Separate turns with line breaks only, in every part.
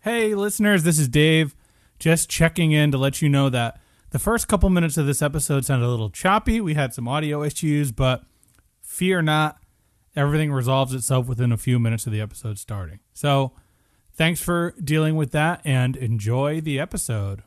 Hey, listeners, this is Dave. Just checking in to let you know that the first couple minutes of this episode sounded a little choppy. We had some audio issues, but fear not, everything resolves itself within a few minutes of the episode starting. So, thanks for dealing with that and enjoy the episode.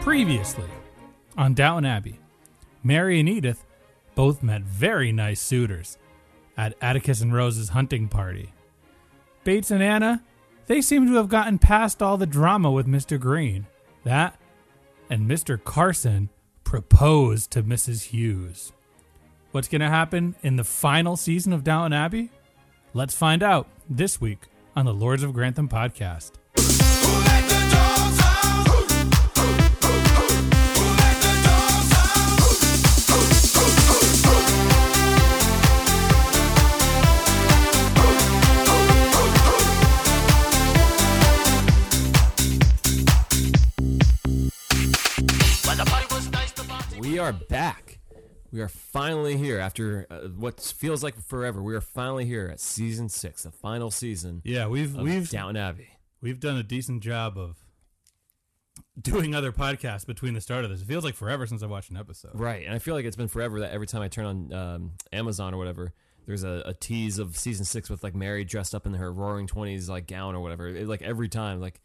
Previously, on Downton Abbey, Mary and Edith both met very nice suitors at Atticus and Rose's hunting party. Bates and Anna, they seem to have gotten past all the drama with Mr. Green. That and Mr. Carson proposed to Mrs. Hughes. What's going to happen in the final season of Downton Abbey? Let's find out this week on the Lords of Grantham podcast.
We are back. We are finally here after uh, what feels like forever. We are finally here at season six, the final season
Yeah, we've
of Downton Abbey.
we've done a decent job of doing other podcasts between the start of this. It feels like forever since I watched an episode.
Right, and I feel like it's been forever that every time I turn on um, Amazon or whatever, there's a, a tease of season six with like Mary dressed up in her roaring twenties like gown or whatever. It- like every time, like,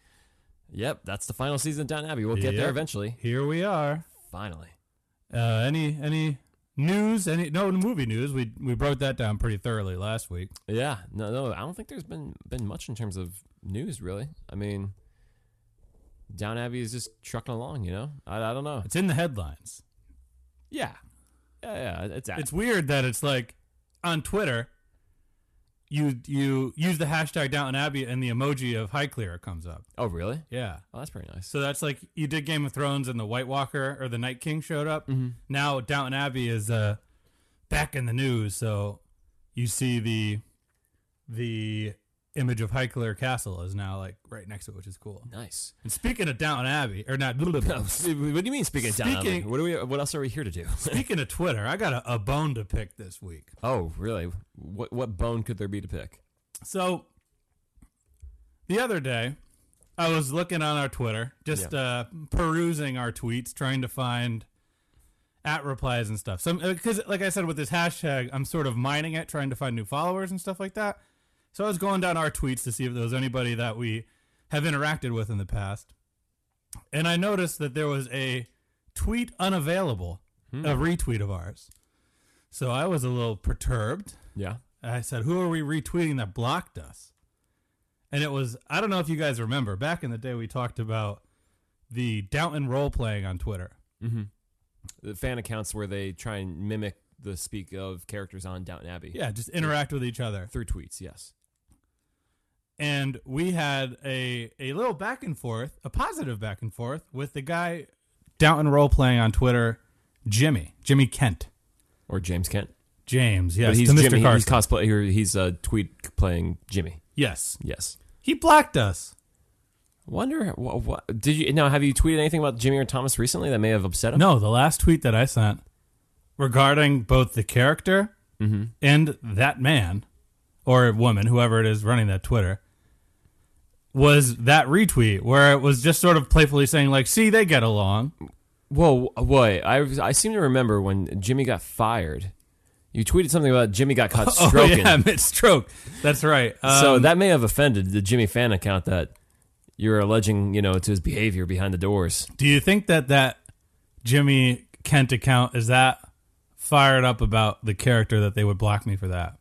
yep, that's the final season of Downton Abbey. We'll get there
Yep.
eventually.
Here we are.
Finally,
Uh, any any news? Any no movie news? We we broke that down pretty thoroughly last week.
yeah. No, no, I don't think there's been been much in terms of news really. I mean. Down Abbey is just trucking along, you know. I, I don't know.
It's in the headlines.
Yeah. Yeah, yeah. It's,
It's weird that it's like on Twitter. You you use the hashtag Downton Abbey and the emoji of Highclere comes up.
oh really?
Yeah.
Oh, that's pretty nice.
So that's like you did Game of Thrones and the White Walker or the Night King showed up. Now Downton Abbey is uh, back in the news, so you see the the image of Highclere Castle is now like right next to it, which is cool.
Nice.
And speaking of Downton Abbey, or not,
What do you mean? Speaking of Down Abbey?
Speaking-
what do we? What else are we here to do?
speaking of Twitter, I got a, a bone to pick this week.
oh, really? What what bone could there be to pick?
So the other day, I was looking on our Twitter, just
Yeah.
uh, perusing our tweets, trying to find at replies and stuff. So because, like I said, with this hashtag, I'm sort of mining it, trying to find new followers and stuff like that. So I was going down our tweets to see if there was anybody that we have interacted with in the past, and I noticed that there was a tweet unavailable, a retweet of ours. So I was a little perturbed.
Yeah.
I said, "Who are we retweeting that blocked us?" And it was I don't know if you guys remember back in the day we talked about the Downton role playing on Twitter.
The fan accounts where they try and mimic the speak of characters on Downton Abbey.
Yeah, just interact with each other.
Through tweets. Yes.
And we had a a little back and forth, a positive back and forth with the guy Downton role playing on Twitter, Jimmy, Jimmy Kent,
Or James Kent.
James. Yes,
but he's
to Mr.
Jimmy. he- He's
Carson.
cosplay. here He's uh, tweet playing Jimmy.
yes,
Yes.
he blocked us.
Wonder what, what did you now? Have you tweeted anything about Jimmy or Thomas recently that may have upset him?
No, the last tweet that I sent regarding both the character
Mm-hmm.
and that man or woman, whoever it is running that Twitter, was that retweet where it was just sort of playfully saying, like, see, they get along.
Whoa, wait! I was- I seem to remember when Jimmy got fired. You tweeted something about Jimmy got caught stroking.
Oh, yeah, mid stroke. That's right.
So
Um,
that may have offended the Jimmy fan account that you're alleging, you know, to his behavior behind the doors.
do you think that that Jimmy Kent account is that fired up about the character that they would block me for that?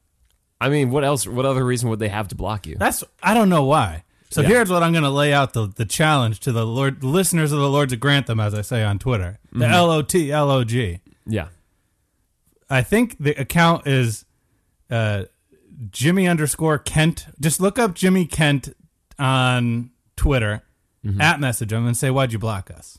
I mean, what else? What other reason would they have to block you?
That's I don't know why. So
Yeah.
here's what I'm going to lay out the, the challenge to the Lord the listeners of the Lords of Grantham, as I say on Twitter, the L O T L O G.
Yeah,
I think the account is uh, Jimmy underscore Kent. Just look up Jimmy Kent on Twitter, at message him and say why'd you block us?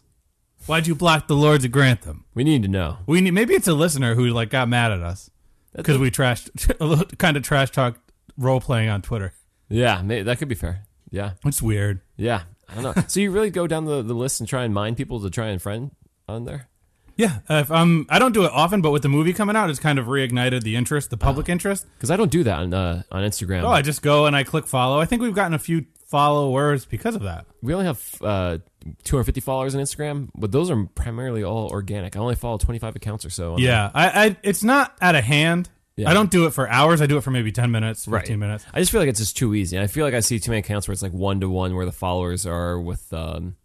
Why'd you block the Lords of Grantham?
we need to know.
We need, maybe it's a listener who like got mad at us
That's
because we trashed kind of trash talked role playing on Twitter.
Yeah, may that could be fair. Yeah.
It's weird.
Yeah. I don't know. so you really go down the, the list and try and mind people to try and friend on there?
Yeah, uh, if um, I don't do it often, but with the movie coming out, it's kind of reignited the interest, the public
Oh.
interest.
Because I don't do that on uh, on Instagram.
Oh, I just go and I click follow. I think we've gotten a few followers because of that.
we only have uh, 250 followers on Instagram, but those are primarily all organic. I only follow 25 accounts or so. on there.
Yeah, I, I it's not at a hand.
Yeah.
I don't do it for hours. I do it for maybe ten minutes,
Right.
fifteen minutes.
I just feel like it's just too easy. I feel like I see too many accounts where it's like one to one, where the followers are with, um,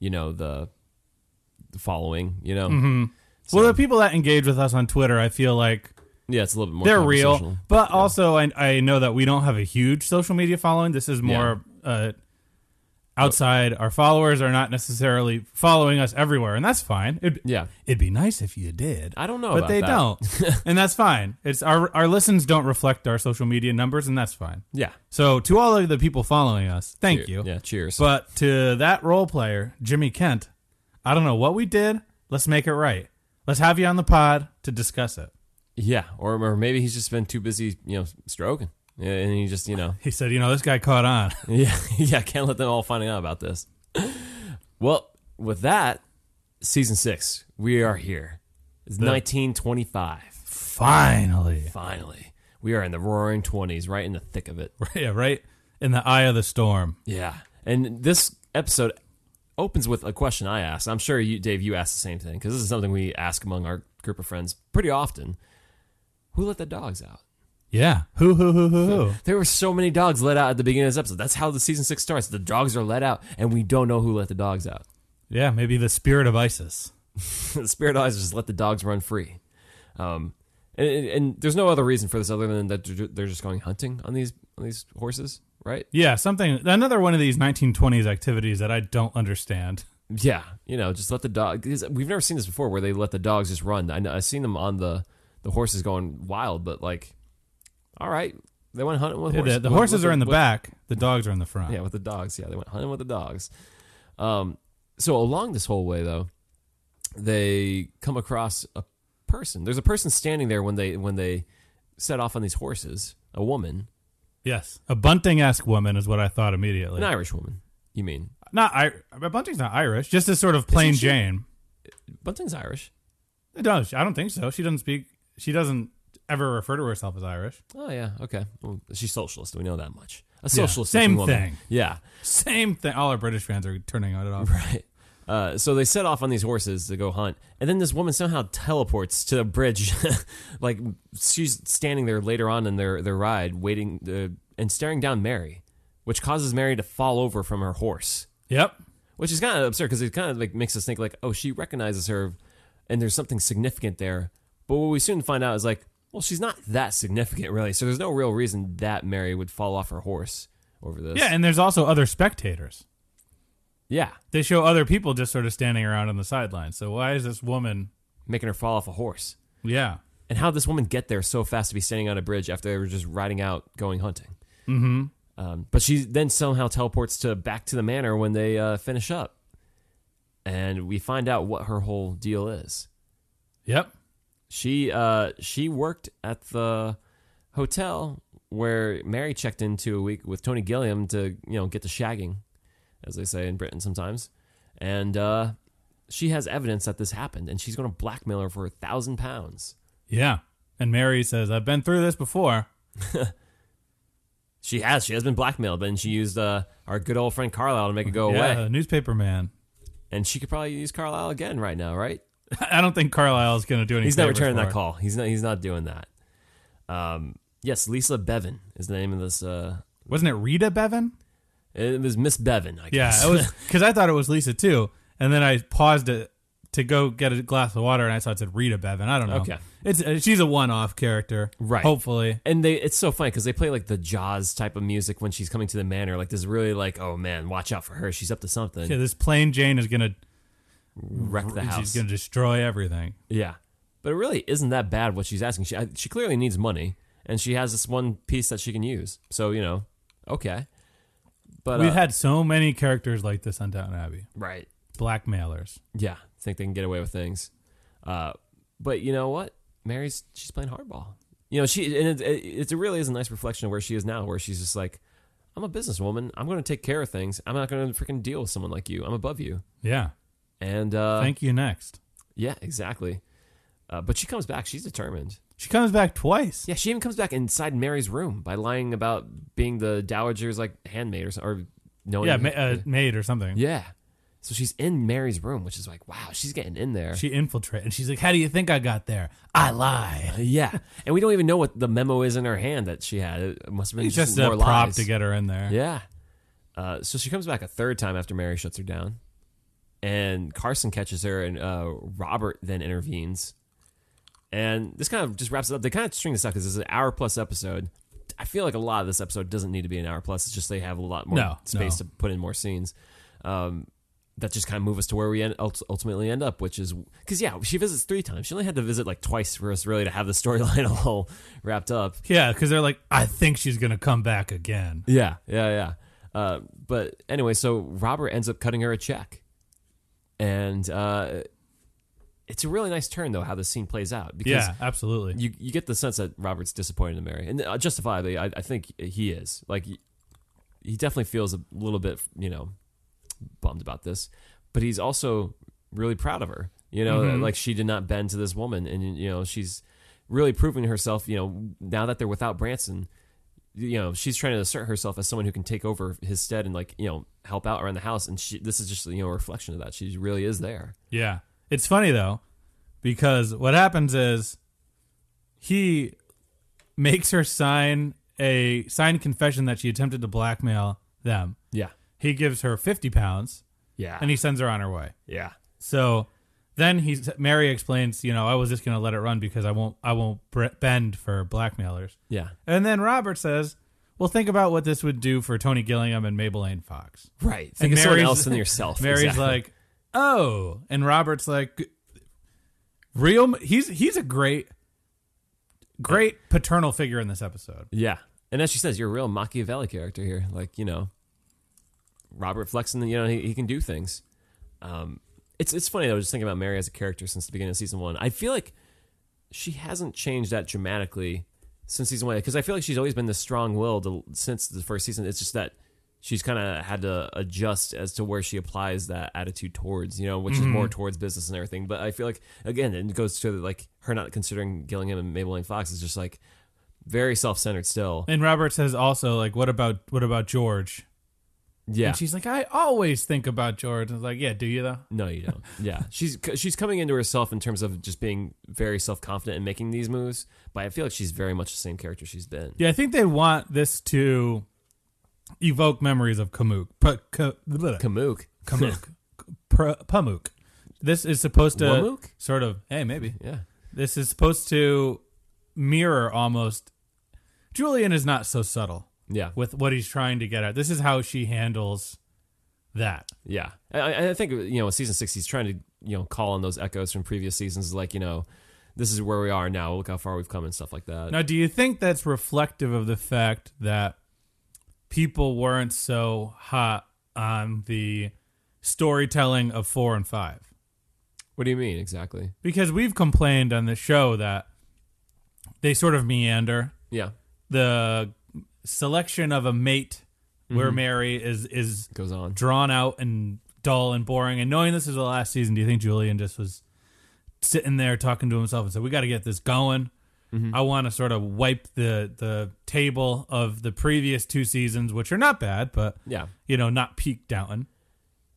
you know, the, the following. You know,
Mm-hmm. Well, the people that engage with us on Twitter, I feel like
yeah, it's a little bit more.
they're real.
conversational.
But also, I, I know that we don't have a huge social media following. This is more uh, outside. Our followers are not necessarily following us everywhere, and that's fine. It'd,
Yeah,
it'd be nice if you did.
I don't know,
but
about
they
that.
don't, and that's fine. It's our our listens don't reflect our social media numbers, and that's fine.
Yeah,
So to all of the people following us, thank you.
Yeah, cheers.
But to that role player, Jimmy Kent, I don't know what we did. Let's make it right. Let's have you on the pod to discuss it.
yeah, or, or maybe he's just been too busy, you know, stroking, Yeah, and he just, you know,
He said, "You know, this guy caught on."
Yeah, yeah, can't let them all find out about this. Well, with that, season six, we are here. It's 1925.
Finally,
Finally, we are in the roaring 20s, right in the thick of it.
yeah, right in the eye of the storm.
Yeah, and this episode opens with a question I asked. I'm sure you, Dave, you asked the same thing because this is something we ask among our group of friends pretty often. Who let the dogs out?
Yeah, who, who, who, who, who?
There were so many dogs let out at the beginning of this episode. That's how the season six starts. The dogs are let out, and we don't know who let the dogs out.
Yeah, maybe the spirit of ISIS.
the spirit eyes just let the dogs run free. Um, and, and, and there's no other reason for this other than that they're ju- they're just going hunting on these on these horses, right?
Yeah, something. Another one of these 1920s activities that I don't understand.
Yeah, you know, just let the dog. 'cause We've never seen this before, where they let the dogs just run. I know, I've seen them on the the horses going wild, but like, all right, they went hunting with
The,
horses.
the
with-
horses
with
are in the
with-
back. The dogs are in the front.
Yeah, with the dogs. Yeah, they went hunting with the dogs. Um, so along this whole way, though, they come across a person. There's a person standing there when they when they set off on these horses. A woman,
Yes, a bunting-esque woman is what I thought immediately.
an Irish woman. You mean
Not I. But Bunting's not Irish. Just as sort of plain
Isn't she?
Jane.
Bunting's Irish?
No, she- I don't think so. She doesn't speak. She doesn't ever refer to herself as Irish.
Oh yeah, okay. Well, she's socialist. We know that much. A
Yeah,
socialist
same
woman.
thing.
Yeah.
Same thing. All our British fans are turning on it off.
Right. Uh, so they set off on these horses to go hunt, and then this woman somehow teleports to a bridge, like she's standing there later on in their their ride, waiting uh, and staring down Mary, which causes Mary to fall over from her horse,
Yep.
which is kind of absurd because it kind of like makes us think like, oh, she recognizes her, and there's something significant there. But what we soon find out is like, well, she's not that significant really. So there's no real reason that Mary would fall off her horse over this.
Yeah, and there's also other spectators.
yeah,
They show other people just sort of standing around on the sidelines. So why is this woman?
making her fall off a horse.
Yeah.
and how this woman get there so fast to be standing on a bridge after they were just riding out going hunting. Mm-hmm. Um, but she then somehow teleports to back to the manor when they uh, finish up, and we find out what her whole deal is.
Yep.
She uh, she worked at the hotel where Mary checked into a week with Tony Gilliam to you know get to shagging, as they say in Britain sometimes, and uh, she has evidence that this happened, and she's going to blackmail her for a thousand pounds.
Yeah. And Mary says, "I've been through this before."
She has. She has been blackmailed, but she used uh, our good old friend Carlisle to make it go
yeah,
away.
the newspaper man.
And she could probably use Carlisle again right now, right?
I don't think Carlisle's going to do anything.
He's not returning that call. He's not. He's not doing that. Um, yes, Lisa Bevan is the name of this. Uh,
Wasn't it Rita Bevan?
it was Miss Bevan, I
Yeah,
guess.
it was because I thought it was Lisa too, and then I paused it to go get a glass of water, and I saw it said Rita Bevan. I don't know.
Okay.
it's uh, she's a one-off character,
Right.
Hopefully,
and they it's so funny because they play like the Jaws type of music when she's coming to the manor. Like this really like, oh man, watch out for her. She's up to something.
yeah, this plain Jane is gonna
Wreck the house.
she's gonna destroy everything.
Yeah, but it really isn't that bad what she's asking. She I, she clearly needs money, and she has this one piece that she can use. So you know, okay. But
We've
uh,
had so many characters like this on Downton Abbey,
right,
blackmailers.
yeah, think they can get away with things. Uh, but you know what, Mary's she's playing hardball. You know, she and it, it, it really is a nice reflection of where she is now, where she's just like, I'm a businesswoman. I'm going to take care of things. I'm not going to freaking deal with someone like you. I'm above you.
Yeah.
And uh,
Thank you. Next.
yeah, exactly. Uh, but she comes back. She's determined.
She comes back twice.
Yeah, she even comes back inside Mary's room by lying about being the dowager's like handmaid or so- or knowing.
Yeah, ma- uh, maid or something.
yeah. So she's in Mary's room, which is like, wow, she's getting in there.
She infiltrated. And she's like, How do you think I got there? I lied.
yeah, and we don't even know what the memo is in her hand that she had. It must have been
It's just a
more
prop
lies.
to get her in there.
Yeah. Uh, so she comes back a third time after Mary shuts her down, and Carson catches her, and uh, Robert then intervenes. And this kind of just wraps it up. They kind of string this up because it's an hour plus episode. I feel like a lot of this episode doesn't need to be an hour plus. It's just they have a lot more
No,
space
no.
to put in more scenes. Um, that just kind of move us to where we end, ult- ultimately end up, which is because yeah, she visits three times. She only had to visit like twice for us really to have the storyline all wrapped up.
Yeah, because they're like, I think she's going to come back again.
Yeah, yeah, yeah. Uh, but anyway, so Robert ends up cutting her a check, and uh, it's a really nice turn though how this scene plays out because
Yeah, absolutely.
you you get the sense that Robert's disappointed in Mary, and uh, justifiably, I, I think he is. Like he- he definitely feels a little bit, you know, bummed about this, but he's also really proud of her. You know, like she did not bend to this woman, and you know she's really proving herself. You know, now that they're without Branson, you know she's trying to assert herself as someone who can take over his stead and like you know help out around the house. And she, this is just you know a reflection of that. She really is there.
Yeah. It's funny though, because what happens is he makes her sign a signed confession that she attempted to blackmail them.
Yeah,
He gives her 50 pounds
yeah,
and he sends her on her way.
yeah,
So then he Mary explains, you know, I was just going to let it run because I won't I won't bre- bend for blackmailers.
yeah.
And then Robert says, "Well, think about what this would do for Tony Gilliam and Maybelline Fox."
Right. Think of someone else than yourself.
Mary's
Exactly.
like, oh, and Robert's like, real. He's he's a great, great paternal figure in this episode.
yeah. And as she says, you're a real Machiavelli character here. Like, you know, Robert Flexen, you know, he, he can do things. Um, it's, it's funny, though, just thinking about Mary as a character since the beginning of season one. I feel like she hasn't changed that dramatically since season one because I feel like she's always been this strong willed since the first season. It's just that she's kind of had to adjust as to where she applies that attitude towards, you know, which is
Mm-hmm.
more towards business and everything. But I feel like again, it goes to like her not considering Gillingham and Maybelline Fox is just like very self centered still.
And Robert says also like, what about what about George?
Yeah.
And she's like, I always think about George. And I was like, yeah, do you though?
No, you don't. Yeah, she's she's coming into herself in terms of just being very self confident and making these moves. But I feel like she's very much the same character she's been.
Yeah, I think they want this to evoke memories of Kamuk. P- K- bleh.
Kamook.
Kamuk. Pr- Pamuk. This is supposed to
Wamuk?
sort of, hey, maybe.
Yeah.
This is supposed to mirror almost. Julian is not so subtle
Yeah.
with what he's trying to get at. This is how she handles that.
Yeah, I- I, I think you know, in season six, he's trying to you know call on those echoes from previous seasons, like you know, this is where we are now. Look how far we've come and stuff like that.
Now, do you think that's reflective of the fact that people weren't so hot on the storytelling of four and five?
What do you mean exactly?
Because we've complained on the show that they sort of meander.
Yeah,
The selection of a mate where
Mm-hmm.
Mary is is
goes on.
drawn out and dull and boring. And knowing this is the last season, do you think Julian just was sitting there talking to himself and said, "We got to get this going.
Mm-hmm.
I want to sort of wipe the the table of the previous two seasons, which are not bad, but
Yeah,
you know, not peak Downton."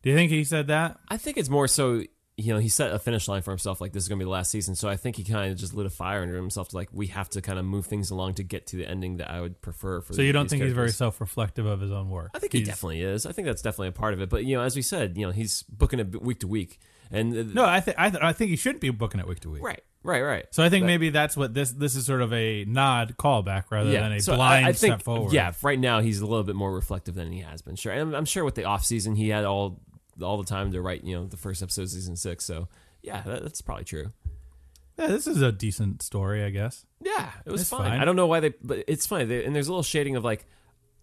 Do you think he said that?
I think it's more so. You know, he set a finish line for himself, like this is going to be the last season. So I think he kind of just lit a fire under himself to like, we have to kind of move things along to get to the ending that I would prefer. For
So you don't
these
think he's very
characters.
self-reflective of his own work?
I think he definitely is. I think that's definitely a part of it. But you know, as we said, you know, he's booking it week to week, and uh,
No, I think I, th- I think he shouldn't be booking it week to week.
right, right, right.
So I think maybe that's what this this is sort of a nod callback rather than a
so I-
blind
I think,
step forward.
Yeah, right now he's a little bit more reflective than he has been. Sure, and I'm, I'm sure with the off season he had all all the time to write, you know, the first episode of season six. So yeah, that, that's probably true.
yeah, this is a decent story, I guess.
Yeah, it was
That's
fine.
fine.
I don't know why they, but it's fine. They, and there's a little shading of like,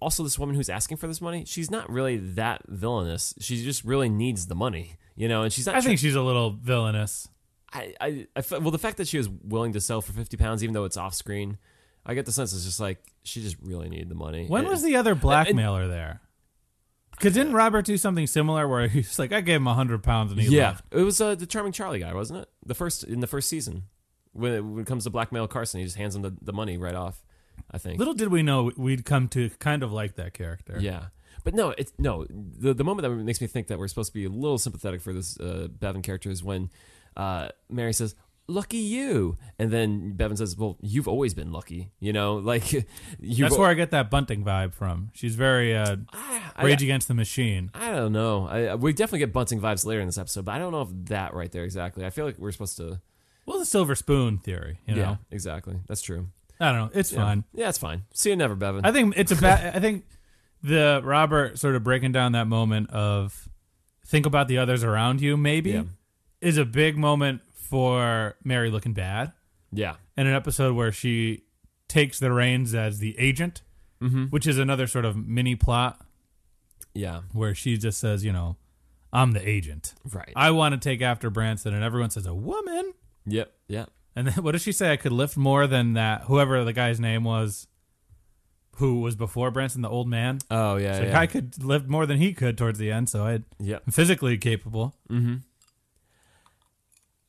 also this woman who's asking for this money, she's not really that villainous. She just really needs the money, you know, and she's not.
I
tr-
think she's a little villainous.
I, I, I fe- well, the fact that she was willing to sell for fifty pounds, even though it's off screen, I get the sense it's just like she just really needed the money.
When
And-
was the other blackmailer there? Because didn't Robert do something similar where he's like, I gave him a hundred pounds and he
yeah,
left.
it was uh, the charming Charlie guy, wasn't it? The first in the first season, when it, when it comes to blackmail Carson, he just hands him the, the money right off. I think.
Little did we know we'd come to kind of like that character.
Yeah, but no, it's no. The the moment that makes me think that we're supposed to be a little sympathetic for this uh, Bevan character is when uh, Mary says. Lucky you, and then Bevan says, "Well, you've always been lucky, you know. Like you."
That's where I get that Bunting vibe from. She's very uh, Rage Against the Machine.
I don't know. I, we definitely get bunting vibes later in this episode, but I don't know if that right there exactly. I feel like we're supposed to.
Well, the silver spoon theory, you know.
Yeah, exactly. That's true.
I don't know. It's
Yeah.
fun.
Yeah, it's fine. See you never, Bevan.
I think it's a bad. I think the Robert sort of breaking down that moment of think about the others around you, maybe,
Yeah.
is a big moment for Mary looking bad.
yeah,
in an episode where she takes the reins as the agent, which is another sort of mini plot
yeah,
where she just says, you know, I'm the agent.
right.
I want to take after Branson, and everyone says, a woman.
yep, yep.
And then what does she say? I could lift more than that. Whoever the guy's name was, who was before Branson, the old man.
Oh yeah,
It's like,
yeah.
I could lift more than he could towards the end, so I'd,
yep.
I'm physically capable.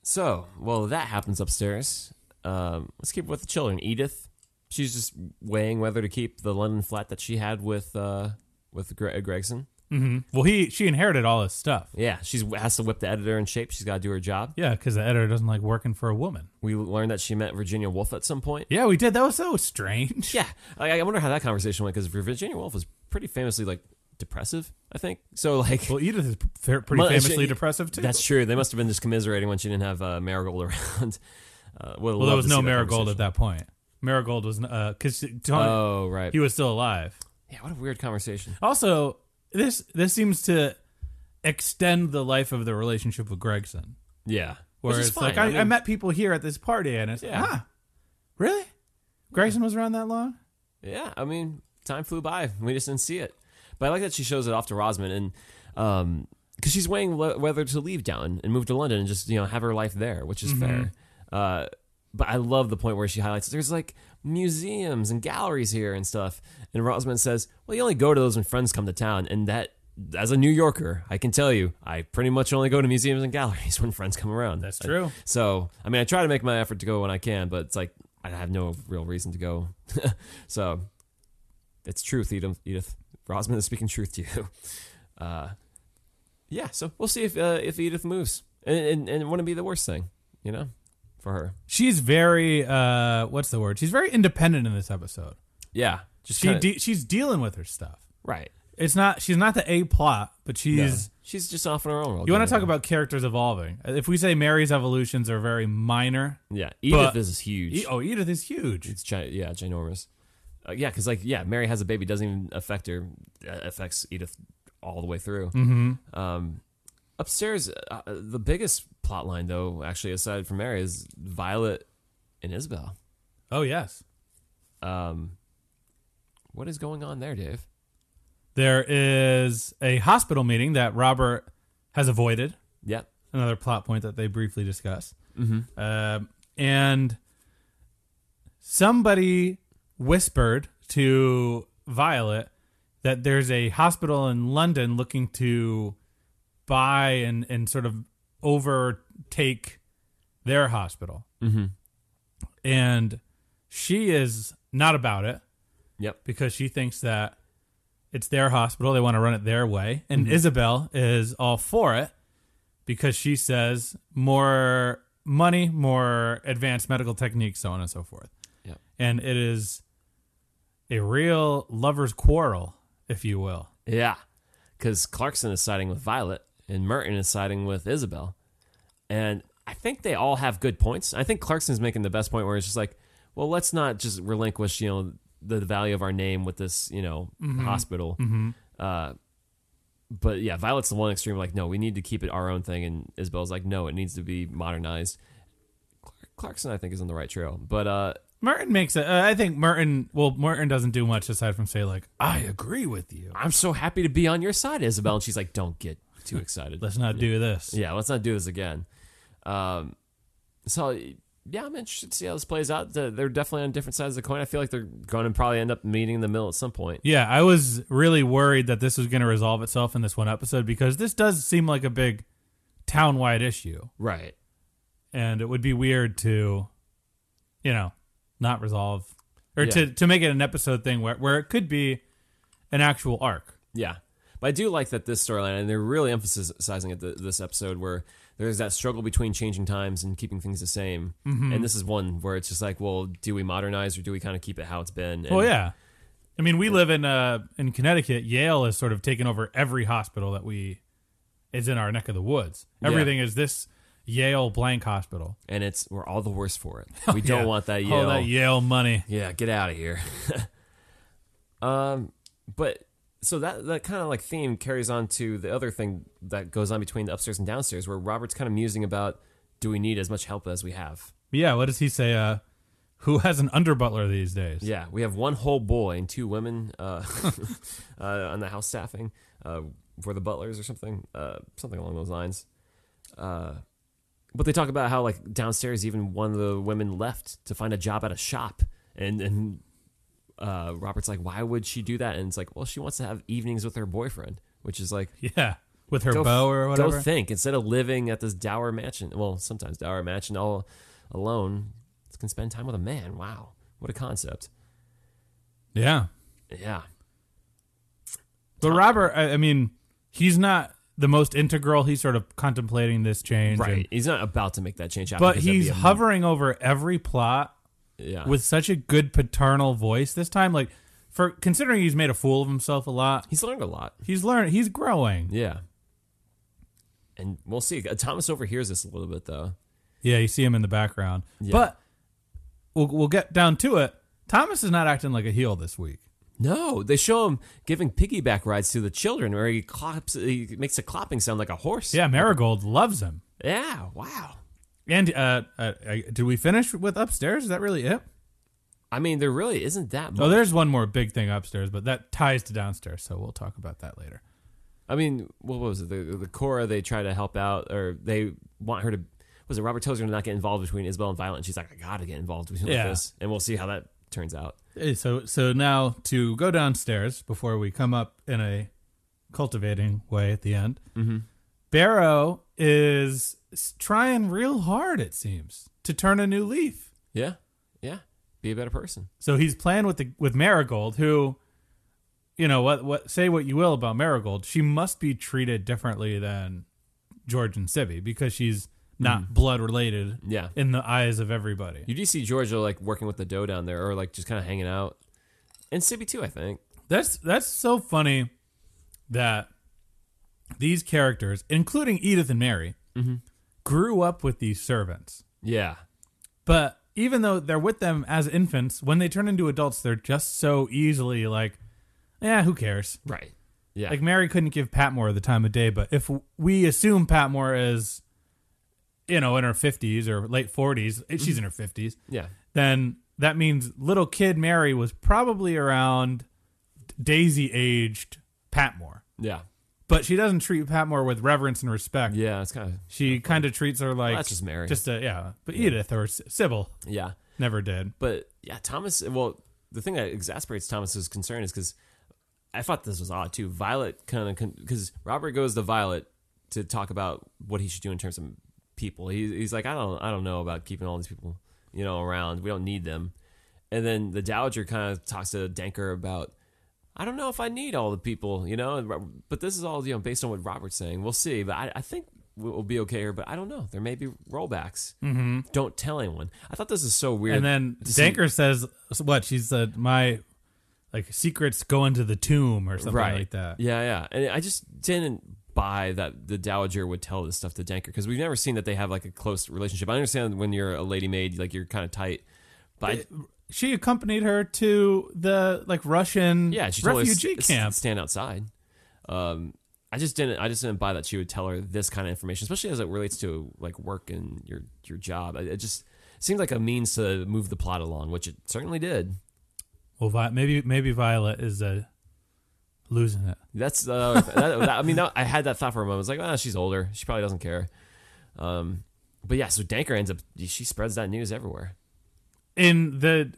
So, well, that happens upstairs. Um, let's keep with the children. Edith, she's just weighing whether to keep the London flat that she had with uh, with Gre- Gregson.
hmm Well, he she inherited all his stuff.
Mm. Yeah, she's has to whip the editor in shape. She's got to do her job.
Yeah, because the editor doesn't like working for a woman.
We learned that she met Virginia Woolf at some point.
Yeah, we did. That was so strange.
Yeah, I, I wonder how that conversation went because Virginia Woolf was pretty famously like depressive. I think so. Like,
Well, Edith is p- fair- pretty
Well,
famously
she-
depressive too.
that's true. They must have been just commiserating when she didn't have uh, Marigold around. Uh,
well, there was no Marigold at that point. Marigold was because Tony
Oh right.
he was still alive.
yeah, what a weird conversation.
Also, this this seems to extend the life of the relationship with Gregson,
Yeah.
where
Which is
it's
fine.
like I, I,
mean-
met people here at this party, and it's
Yeah.
yeah. ah, really? Gregson was around that long?
Yeah, I mean, time flew by. We just didn't see it. But I like that she shows it off to Rosman and um 'cause because she's weighing le- whether to leave down and move to London and just you know have her life there, which
Mm-hmm.
is fair. Uh, but I love the point where she highlights there's like museums and galleries here and stuff. And Rosman says, "Well, you only go to those when friends come to town," and that. As a New Yorker, I can tell you, I pretty much only go to museums and galleries when friends come around.
That's
I-
true.
so, I mean, I try to make my effort to go when I can, but it's like I have no real reason to go. so, it's truth, Edith. Edith Rosman is speaking truth to you. Uh, yeah. So we'll see if uh, if Edith moves, and, and and it wouldn't be the worst thing, you know, for her.
She's very uh, what's the word? She's very independent in this episode.
Yeah. Just
She
kinda-
de- she's dealing with her stuff.
right.
It's not she's not the a plot, but she's.
Yeah. she's just off on her own.
You want to talk about characters evolving? Uh, If we say Mary's evolutions are very minor,
Yeah. Edith
but-
is huge.
E- oh, Edith is huge.
It's gi- yeah, ginormous. Uh, yeah, because like yeah, Mary has a baby doesn't even affect her. Uh, affects Edith all the way through. Mm-hmm. Um, upstairs, uh, uh, the biggest plot line though, actually, aside from Mary, is Violet and Isabel.
Oh yes,
Um, what is going on there, Dave?
there is a hospital meeting that Robert has avoided.
Yeah,
Another plot point that they briefly discuss, mm-hmm. um, and somebody whispered to Violet that there's a hospital in London looking to buy and and sort of overtake their hospital. and she is not about it
Yep.
because she thinks that it's their hospital they want to run it their way and isabel is all for it because she says more money more advanced medical techniques so on and so forth
Yep.
and it is a real lover's quarrel if you will
Yeah, because Clarkson is siding with Violet and Merton is siding with Isabel, and I think they all have good points. I think Clarkson's making the best point where it's just like, well, let's not just relinquish, you know, the value of our name with this, you know, hospital. Uh, but yeah, Violet's the one extreme. Like, no, we need to keep it our own thing, and Isabel's like, no, it needs to be modernized. Clark- Clarkson, I think, is on the right trail, but uh,
merton makes it uh, i think merton well merton doesn't do much aside from say like i agree with you
I'm so happy to be on your side, Isabel. And she's like, don't get too excited.
let's not do this
Yeah, let's not do this again. Um, so yeah, I'm interested to see how this plays out. The- They're definitely on different sides of the coin. I feel like they're going to probably end up meeting in the middle at some point.
Yeah, I was really worried that this was going to resolve itself in this one episode because this does seem like a big town-wide issue,
Right.
and it would be weird to, you know, not resolve or
Yeah.
to to make it an episode thing where where it could be an actual arc.
Yeah. But I do like that this storyline, and they're really emphasizing it th- this episode where there's that struggle between changing times and keeping things the same.
Mm-hmm.
And this is one where it's just like, well, do we modernize or do we kind of keep it how it's been? And
Well, yeah. I mean, we live in uh in Connecticut. Yale has sort of taken over every hospital that we is in our neck of the woods.
Yeah.
Everything is this Yale blank hospital.
And it's, we're all the worse for it. We don't
Yeah.
want that Yale.
Oh, that Yale money.
yeah, get out of here. um, but so that that kind of like theme carries on to the other thing that goes on between the upstairs and downstairs, where Robert's kind of musing about, do we need as much help as we have?
Yeah, what does he say? Uh, who has an underbutler these days?
Yeah, we have one whole boy and two women uh, uh, on the house staffing. Uh, were the butlers or something, uh, something along those lines. Uh, but they talk about how like downstairs, even one of the women left to find a job at a shop, and and uh, Robert's like, why would she do that? And it's like, well, she wants to have evenings with her boyfriend, which is like.
Yeah, with her
Go,
bow or
go
whatever.
think instead of living at this dour mansion. Well, sometimes dour mansion all alone, can spend time with a man. Wow, what a concept!
yeah,
Yeah,
but Robert, I, I mean, he's not the most integral. He's sort of contemplating this change,
right.
and-
he's not about to make that change happen.
but
because that'd be
he's
a-
hovering over every plot
yeah.
with such a good paternal voice this time. Like, for considering he's made a fool of himself a lot,
he's learned a lot.
he's learned, he's growing.
Yeah, and we'll see. Uh, Thomas overhears this a little bit though.
Yeah, you see him in the background, but we'll we'll get down to it. Thomas is not acting like a heel this week.
No, they show him giving piggyback rides to the children, where he clops, he makes a clopping sound like a horse.
Yeah, Marigold loves him.
yeah. Wow.
And uh, uh, I- did we finish with upstairs? Is that really it?
I mean, there really isn't that much.
Oh, there's one more big thing upstairs, but that ties to downstairs, so we'll talk about that later.
I mean, what was it? The, the Cora, they try to help out, or they want her to. Was it Robert tells her to not get involved between Isabel and Violet? And she's like, I gotta get involved with
Yeah.
this, and we'll see how that turns out.
Eh, So, so now to go downstairs before we come up in a cultivating way at the end. Mm-hmm. Barrow is s- trying real hard, it seems, to turn a new leaf.
Yeah, yeah, be a better person.
So he's playing with the with Marigold, who, you know, what what say what you will about Marigold, she must be treated differently than George and Sibby because she's not blood related.
Yeah.
in the eyes of everybody.
You do see Georgia like working with the dough down there, or like just kind of hanging out, and Sibby too. I think.
That's that's so funny that these characters, including Edith and Mary, grew up with these servants.
Yeah,
But even though they're with them as infants, when they turn into adults, they're just so easily like, yeah, who cares?
right. Yeah,
Like Mary couldn't give Patmore the time of day, but if we assume Patmore is, you know, in her fifties or late forties, she's in her fifties.
yeah,
then that means little kid Mary was probably around Daisy aged Patmore.
yeah,
But she doesn't treat Patmore with reverence and respect.
yeah. It's kind of
She kind of treats her like
that's just Mary.
Just a yeah. But Edith or S- Sybil
yeah.
never did.
But yeah, Thomas. Well, the thing that exasperates Thomas's concern is because I thought this was odd too. Violet kind of because Robert goes to Violet to talk about what he should do in terms of people. He, he's like, I don't, I don't know about keeping all these people, you know, around. We don't need them. And then the dowager kind of talks to Danker about, I don't know if I need all the people, you know. And, Ro- but this is all you know based on what Robert's saying. We'll see. But I, I think we'll be okay here. But I don't know. There may be rollbacks. Mm-hmm. Don't tell anyone. I thought this is so weird.
And then Danker says what? She said my like secrets go into the tomb or something like that.
Yeah, yeah. And I just didn't buy that the dowager would tell this stuff to Danker because we've never seen that they have like a close relationship. I understand when you're a lady maid, like you're kind of tight, but I-
Uh, She accompanied her to the like Russian
yeah, she told
refugee
her s-
camp.
s- stand outside. Um, I just didn't. I just didn't buy that she would tell her this kind of information, especially as it relates to like work and your your job. It, it just seemed like a means to move the plot along, which it certainly did.
Well, Vi- maybe maybe Violet is uh, losing it.
That's uh, that, that- I mean, that, I had that thought for a moment. I was like, ah, she's older. She probably doesn't care. Um, But yeah, so Danker ends up she spreads that news everywhere.
in the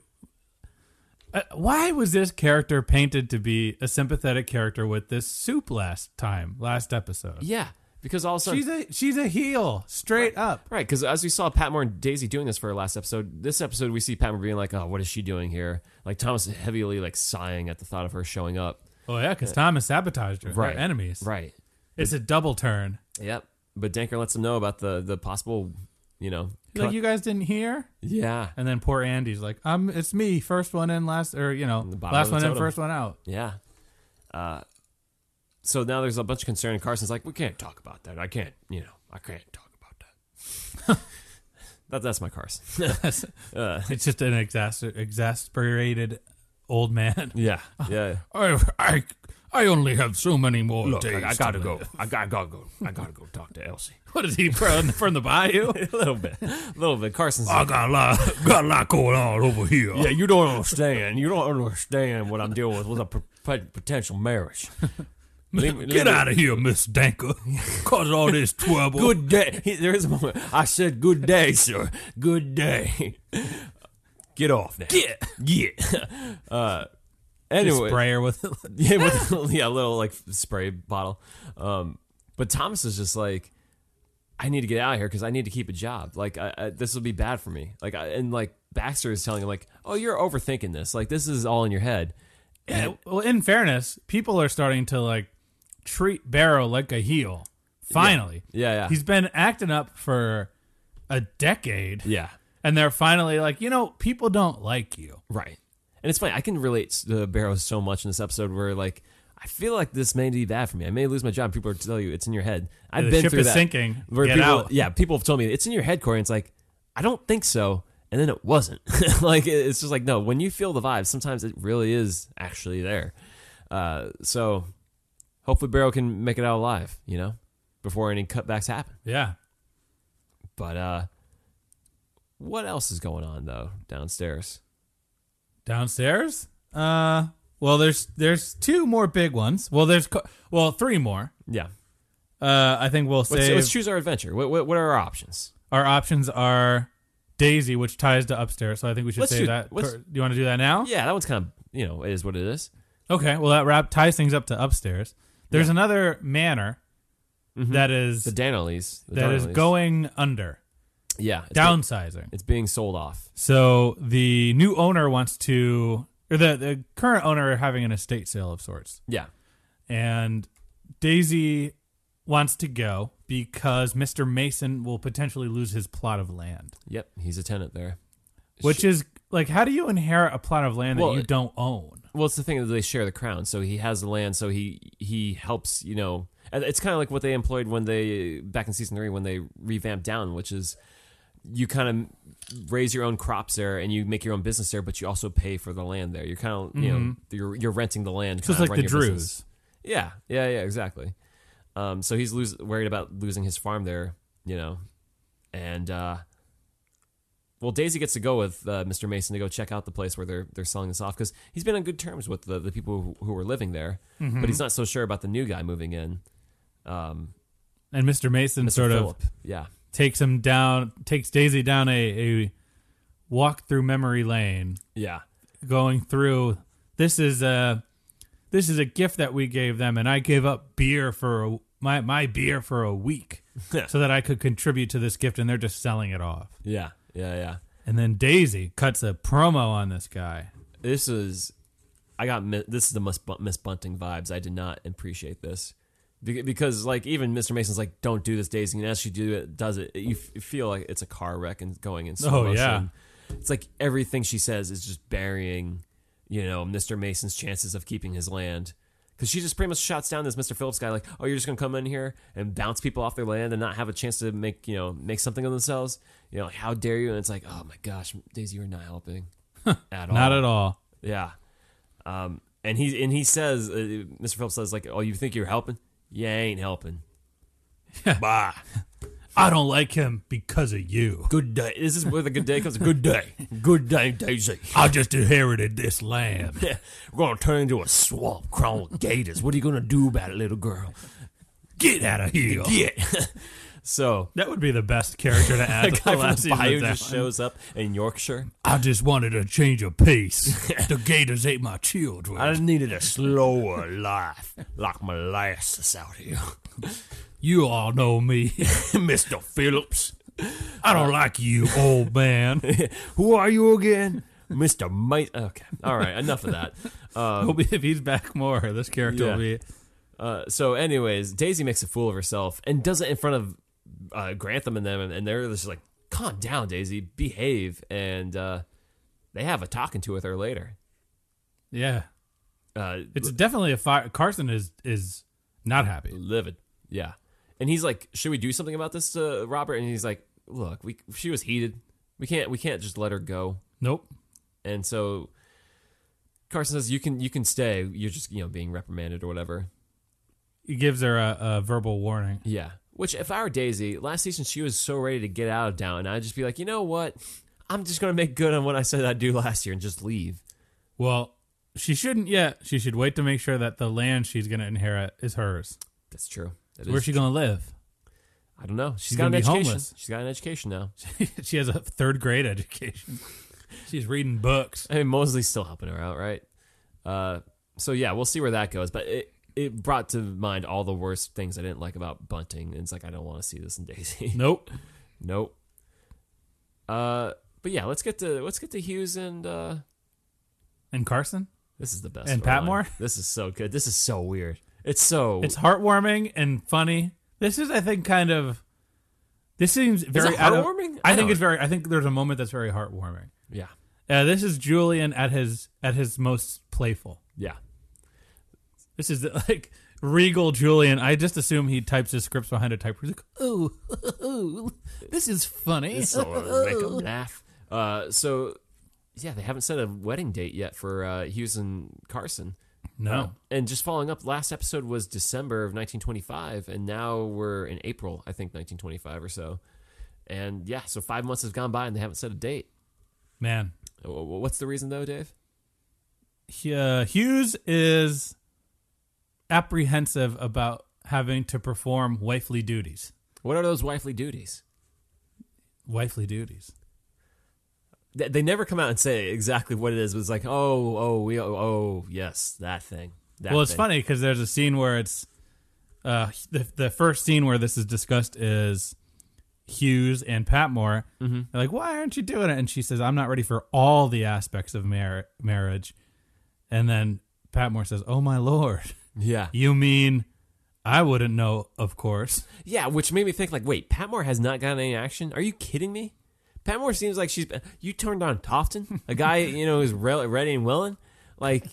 uh, why was this character painted to be a sympathetic character with this soup last time last episode
Yeah, because all of a sudden,
she's a she's a heel straight up
right? Because as we saw Patmore and Daisy doing this for our last episode, this episode we see Patmore being like, "Oh, what is she doing here?" Like Thomas heavily like sighing at the thought of her showing up.
oh yeah because thomas sabotaged her
Right.
They're enemies
Right.
it's a double turn
Yep. But Danker lets them know about the the possible, you know.
He's like you guys didn't hear
yeah.
and then poor andy's like um it's me first one in last or you know
bottom of
last
the
one in
totem.
first one out
Yeah. Uh, so now there's a bunch of concern. and Carson's like, we can't talk about that. I can't, you know, I can't talk about that. that that's my Carson.
it's just an exasper- exasperated old man
yeah. Yeah.
I, I i only have so many more days to live.
I gotta, gotta go. I gotta go talk to Elsie.
What is he from, from the bayou?
a little bit. A little bit. Carson's like,
got a lot, got a lot going on over here.
Ah, yeah, you don't understand. You don't understand what I'm dealing with with a p- p- potential marriage. Leave- leave-
of here, Miss Danker. Cause all this trouble.
Good day. He- There is a moment. I said, "Good day, sir. Good day." Get off now. Get. Get. Uh, anyway,
sprayer with
yeah, with a, yeah, a little like spray bottle. Um, but Thomas is just like, I need to get out of here because I need to keep a job. Like, I, I, this will be bad for me. Like, I, and like Baxter is telling him, like, "Oh, you're overthinking this. Like, this is all in your head."
Yeah, well, in fairness, people are starting to like treat Barrow like a heel. Finally,
Yeah, yeah.
he's been acting up for a decade,
yeah,
and they're finally like, you know, people don't like you.
right. And it's funny. I can relate to Barrow so much in this episode where like. I feel like this may be bad for me. I may lose my job. People are telling you it's in your head. I've
The
been
ship
through
is
that.
sinking.
Where
Get
people,
out.
Yeah, people have told me it's in your head, Corey. And it's like, I don't think so. And then it wasn't. like it- it's just like no. When you feel the vibe, sometimes it really is actually there. Uh, so hopefully Barrow can make it out alive. You know, before any cutbacks happen.
Yeah,
But uh, what else is going on though downstairs?
downstairs. Uh, well, there's there's two more big ones. Well, there's co- well three more.
Yeah,
Uh, I think we'll
let's,
save.
let's choose our adventure. What, what, what are our options?
our options are Daisy, which ties to upstairs. So I think we should
Let's
say
do-
that.
let's-
per- do you want to do that now?
Yeah, that one's kind of you know it is what it is.
Okay. Well, that wrap ties things up to upstairs. There's another manor
Mm-hmm.
that is
The Danellis. The
that is
Danellis.
going under,
yeah it's being-
downsizing.
it's being sold off.
So the new owner wants to, or the the current owner are having an estate sale of sorts,
Yeah.
and Daisy wants to go because Mr. Mason will potentially lose his plot of land,
Yep. He's a tenant there.
which is like, how do you inherit a plot of land
Well,
that you
it-
don't own?
Well, it's the thing that they share the crown, so he has the land, so he he helps. You know, and it's kind of like what they employed when they back in season three when they revamped down, which is you kind of raise your own crops there and you make your own business there, but you also pay for the land there. You're kind of you know you're you're renting the land.
Mm-hmm. So it's
kinda
like the
running your business.
Druze.
Yeah, yeah, yeah, exactly. Um, so he's lose, worried about losing his farm there, you know, and uh, well, Daisy gets to go with uh, Mr. Mason to go check out the place where they're they're selling this off because he's been on good terms with the, the people who, who were living there,
Mm-hmm.
but he's not so sure about the new guy moving in. Um,
And Mr. Mason sort of
Philip, yeah,
takes him down, takes Daisy down a, a walk through memory lane,
yeah,
going through. This is a this is a gift that we gave them, and I gave up beer for a, my my beer for a week so that I could contribute to this gift, and they're just selling it off.
yeah, yeah, yeah.
And then Daisy cuts a promo on this guy.
This is I got mi- this is the Miss, Bu- Miss Bunting vibes. I did not appreciate this Be- because like even Mr. Mason's like, "Don't do this, Daisy," and as she do it, does it, you f- feel like it's a car wreck and going in slow
Oh,
motion.
yeah.
It's like everything she says is just burying, you know, Mr. Mason's chances of keeping his land. Because she just pretty much shuts down this Mr. Phillips guy, like, oh, you're just gonna come in here and bounce people off their land and not have a chance to make, you know, make something of themselves. You know, like, how dare you? And it's like, oh my gosh, Daisy, you're not helping at all.
Not at all.
Yeah. Um, and he and he says, uh, Mr. Phillips says, like, "Oh, you think you're helping? Yeah, I ain't helping." Bye.
I don't like him because of you.
Good day. This is where the good day comes. Good day. Good day, Daisy.
I just inherited this land.
We're gonna turn into a swamp crawling with gators. What are you gonna do about it, little girl?
Get out of here.
Get. So
That would be the best character to add.
that
to the
guy from
last
the
season of
bayou
that
just
one.
shows up in Yorkshire.
I just wanted a change of pace. the gators ate my children.
needed a slower life, like molasses out here,
you all know me.
Mister Phillips.
I don't like you, old man.
Who are you again, Mister Mate? Okay, all right, enough of that. Um,
Hope if he's back more, this character
Yeah.
will be.
Uh, so, anyways, Daisy makes a fool of herself and does it in front of uh, Grantham and them, and, and they're just like, "Calm down, Daisy, behave." And uh, they have a talking to with her later.
Yeah,
Uh,
it's definitely a fire. Carson is is not happy.
livid, yeah. And he's like, "Should we do something about this, uh, Robert?" And he's like, "Look, we she was heated. We can't we can't just let her go."
Nope.
And so Carson says, "You can you can stay. You're just you know being reprimanded or whatever."
He gives her a, a verbal warning.
Yeah. Which, if I were Daisy, last season she was so ready to get out of Down, I'd just be like, you know what? I'm just going to make good on what I said I'd do last year and just leave.
Well, she shouldn't yet. She should wait to make sure that the land she's going to inherit is hers.
That's true. That
Where's
is-
she going to live?
I don't know. She's
She's
got an
gonna be
education.
homeless.
She's got an education now.
she has a third grade education. She's reading books.
I mean, Mosley's still helping her out, right? Uh, so, yeah, we'll see where that goes. But it, it brought to mind all the worst things I didn't like about Bunting. And it's like, I don't want to see this in Daisy.
Nope.
nope. Uh, but yeah, let's get to let's get to Hughes and uh,
And Carson?
This is the best.
And
storyline.
Patmore?
This is so good. This is so weird. It's so.
It's heartwarming and funny. This is, I think, kind of. This seems very
it
out of-
heartwarming?
I,
I
think
don't-
it's very. I think there's a moment that's very heartwarming.
yeah,
Uh, this is Julian at his at his most playful.
yeah.
This is like regal Julian. I just assume he types his scripts behind a typewriter. He's like, ooh, ooh, this is funny.
This will make them laugh. Uh, so yeah, they haven't set a wedding date yet for uh, Hughes and Carson.
no,
Uh, and just following up, last episode was December of 1925, and now we're in April, I think 1925 or so. And yeah, so five months has gone by, and they haven't set a date.
man.
Uh, wh- What's the reason though, Dave?
He- uh, Hughes is apprehensive about having to perform wifely duties.
What are those wifely duties?
Wifely duties.
Th- they never come out and say exactly what it is. But it's like, oh, oh, we, oh, oh yes, that thing. That
well, it's
thing.
funny because there's a scene where it's uh, the the first scene where this is discussed is Hughes and Patmore. Mm-hmm. They're like, "Why aren't you doing it?" And she says, "I'm not ready for all the aspects of mar- marriage." And then Patmore says, "Oh my lord,
Yeah,
you mean I wouldn't know, of course."
yeah. Which made me think, like, wait, Patmore has not gotten any action. Are you kidding me? Patmore seems like she's. You turned on Tofton, a guy you know who's re- ready and willing. Like,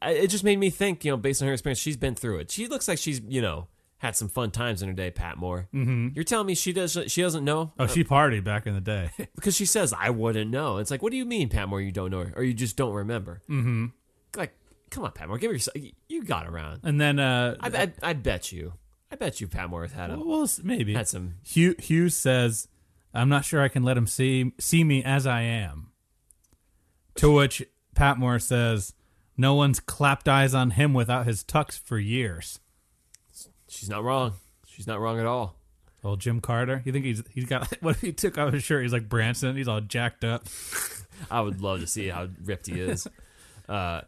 I, it just made me think. You know, based on her experience, she's been through it. She looks like she's you know had some fun times in her day. Patmore, mm-hmm. you're telling me she does. She doesn't know
Oh, she partied back in the day.
because she says I wouldn't know. It's like, what do you mean, Patmore? You don't know, or you just don't remember? Mm-hmm. Like, come on, Patmore, give yourself. You got around.
and then uh,
I, I, I bet you. I bet you Patmore has had a
well, s- maybe
had some.
Hugh, Hughes says, "I'm not sure I can let him see see me as I am." To which Patmore says, "No one's clapped eyes on him without his tux for years."
She's not wrong. She's not wrong at all.
Old Jim Carter, you think he's he's got what if he took off his shirt? He's like Branson. He's all jacked up.
I would love to see how ripped he is. Uh,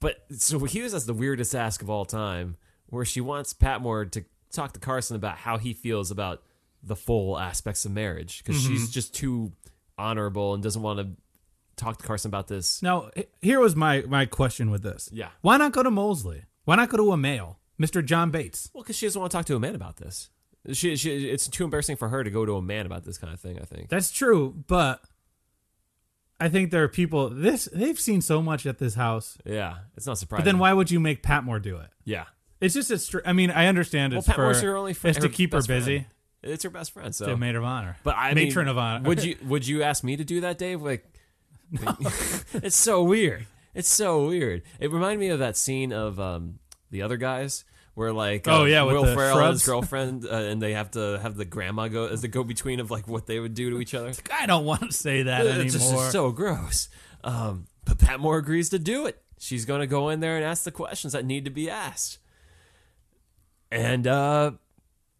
but so Hughes has the weirdest ask of all time, where she wants Patmore to talk to Carson about how he feels about the full aspects of marriage because she's just too honorable and doesn't want to talk to Carson about this.
Now, h- here was my my question with this.
Yeah.
Why not go to Molesley? Why not go to a male, Mister John Bates?
Well, because she doesn't want to talk to a man about this. She, she, it's too embarrassing for her to go to a man about this kind of thing. I think.
That's true, but I think there are people. This they've seen so much at this house.
Yeah, it's not surprising.
But then why would you make Patmore do it?
Yeah,
It's just a. Str- I mean, I understand
well,
it's
Pat
for,
Moore's her only friend.
it's to keep her
best friend.
busy.
It's her best friend.
The
So,
maid of honor,
but I mean,
matron of honor.
would you would you ask me to do that, Dave? Like, it's so weird. It's so weird. It reminded me of that scene of um, the other guys. Where like
Oh,
uh,
yeah, with
Will
the
Ferrell and his
shrubs.
girlfriend, uh, and they have to have the grandma go as the go between of like what they would do to each other.
I don't want to say that anymore.
It's just so gross. Um, but Patmore agrees to do it. She's going to go in there and ask the questions that need to be asked. And uh,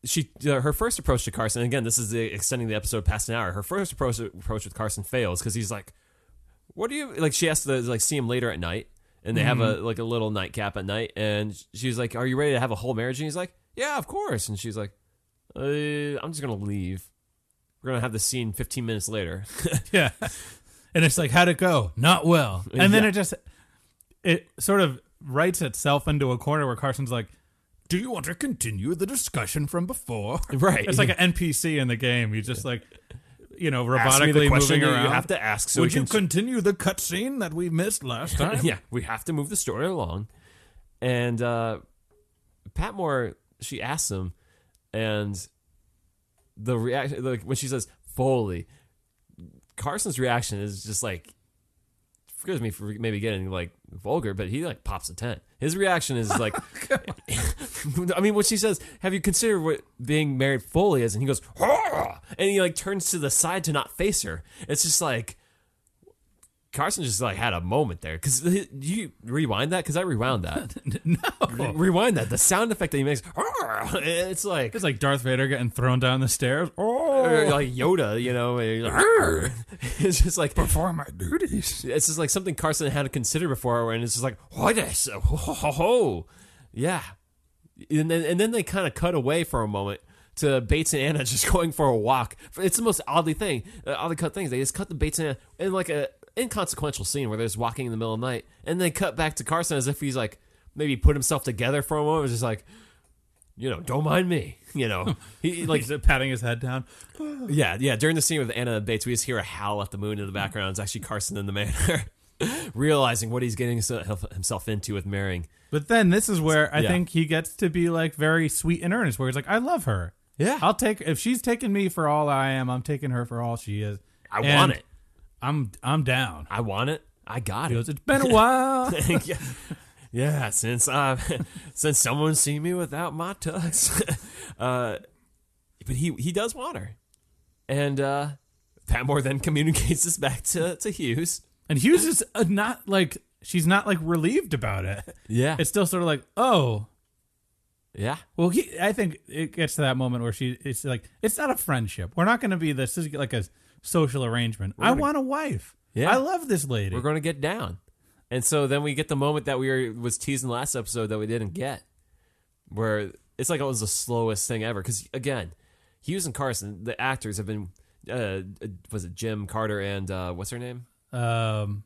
she uh, her first approach to Carson again. This is the, extending the episode past an hour. Her first approach approach with Carson fails because he's like, "What do you like?" She has to like see him later at night, and they have a
Mm-hmm.
like a little nightcap at night. And she's like, "Are you ready to have a whole marriage?" And he's like, "Yeah, of course." And she's like, uh, "I'm just gonna leave. We're gonna have the scene 15 minutes later."
Yeah. And it's like, how'd it go? Not well. And then
Yeah.
it just, it sort of writes itself into a corner where Carson's like, do you want to continue the discussion from before?
Right.
It's like an NPC in the game. You just like, you know,
Ask me the
robotically
question
moving
you-
around.
You have to ask. So
Would
we
you
can
continue the cutscene that we missed last time?
yeah, we have to move the story along. And uh, Patmore, she asks him, and the reaction, like when she says Foley, Carson's reaction is just like, forgive me for maybe getting like vulgar, but he like pops a tent. His reaction is like,
Oh,
I mean, when she says, "Have you considered what being married fully is?" and he goes, "Huh!" and he like turns to the side to not face her. It's just like. Carson just like had a moment there because you rewind that because I rewound that. no, rewind that. The sound effect that he makes, "Huh!" it's like
It's like Darth Vader getting thrown down the stairs. Oh,
or like Yoda, you know. and he's like, "Arr!" It's just like
perform my duties.
it's just like something Carson had to consider before, and it's just like what is ho ho ho, ho. yeah. And then and then they kind of cut away for a moment to Bates and Anna just going for a walk. It's the most oddly thing, uh, oddly cut things. They just cut the Bates and Anna in like a inconsequential scene where they're just walking in the middle of the night, and they cut back to Carson as if he's like maybe put himself together for a moment, just like. You know, don't mind me. You know, he like
He's patting his head down.
yeah, yeah. During the scene with Anna and Bates, we just hear a howl at the moon in the background. It's actually Carson in the manor, realizing what he's getting himself himself into with marrying.
But then this is where I
Yeah.
think he gets to be like very sweet and earnest, where he's like, "I love her.
Yeah.
I'll take if she's taking me for all I am. I'm taking her for all she is.
I
And
want it.
I'm I'm down."
I want it. I got
He
it.
goes, "It's been a while."
yeah. yeah, since uh, since someone's seen me without my tux, uh, but he he does want her, and uh, Patmore then communicates this back to to Hughes.
and Hughes is uh, not like she's not like relieved about it.
Yeah,
It's still sort of like, "Oh,
yeah,
Well, he, I think it gets to that moment where she, it's like, it's not a friendship. We're not going to be this. This is like a social arrangement. I want a wife.
Yeah.
I love this lady.
we're going to get down. And so then we get the moment that we were, was teasing last episode that we didn't get, where it's like it was the slowest thing ever. Because again, Hughes and Carson, the actors have been, uh, was it Jim Carter and uh, what's her name?
um,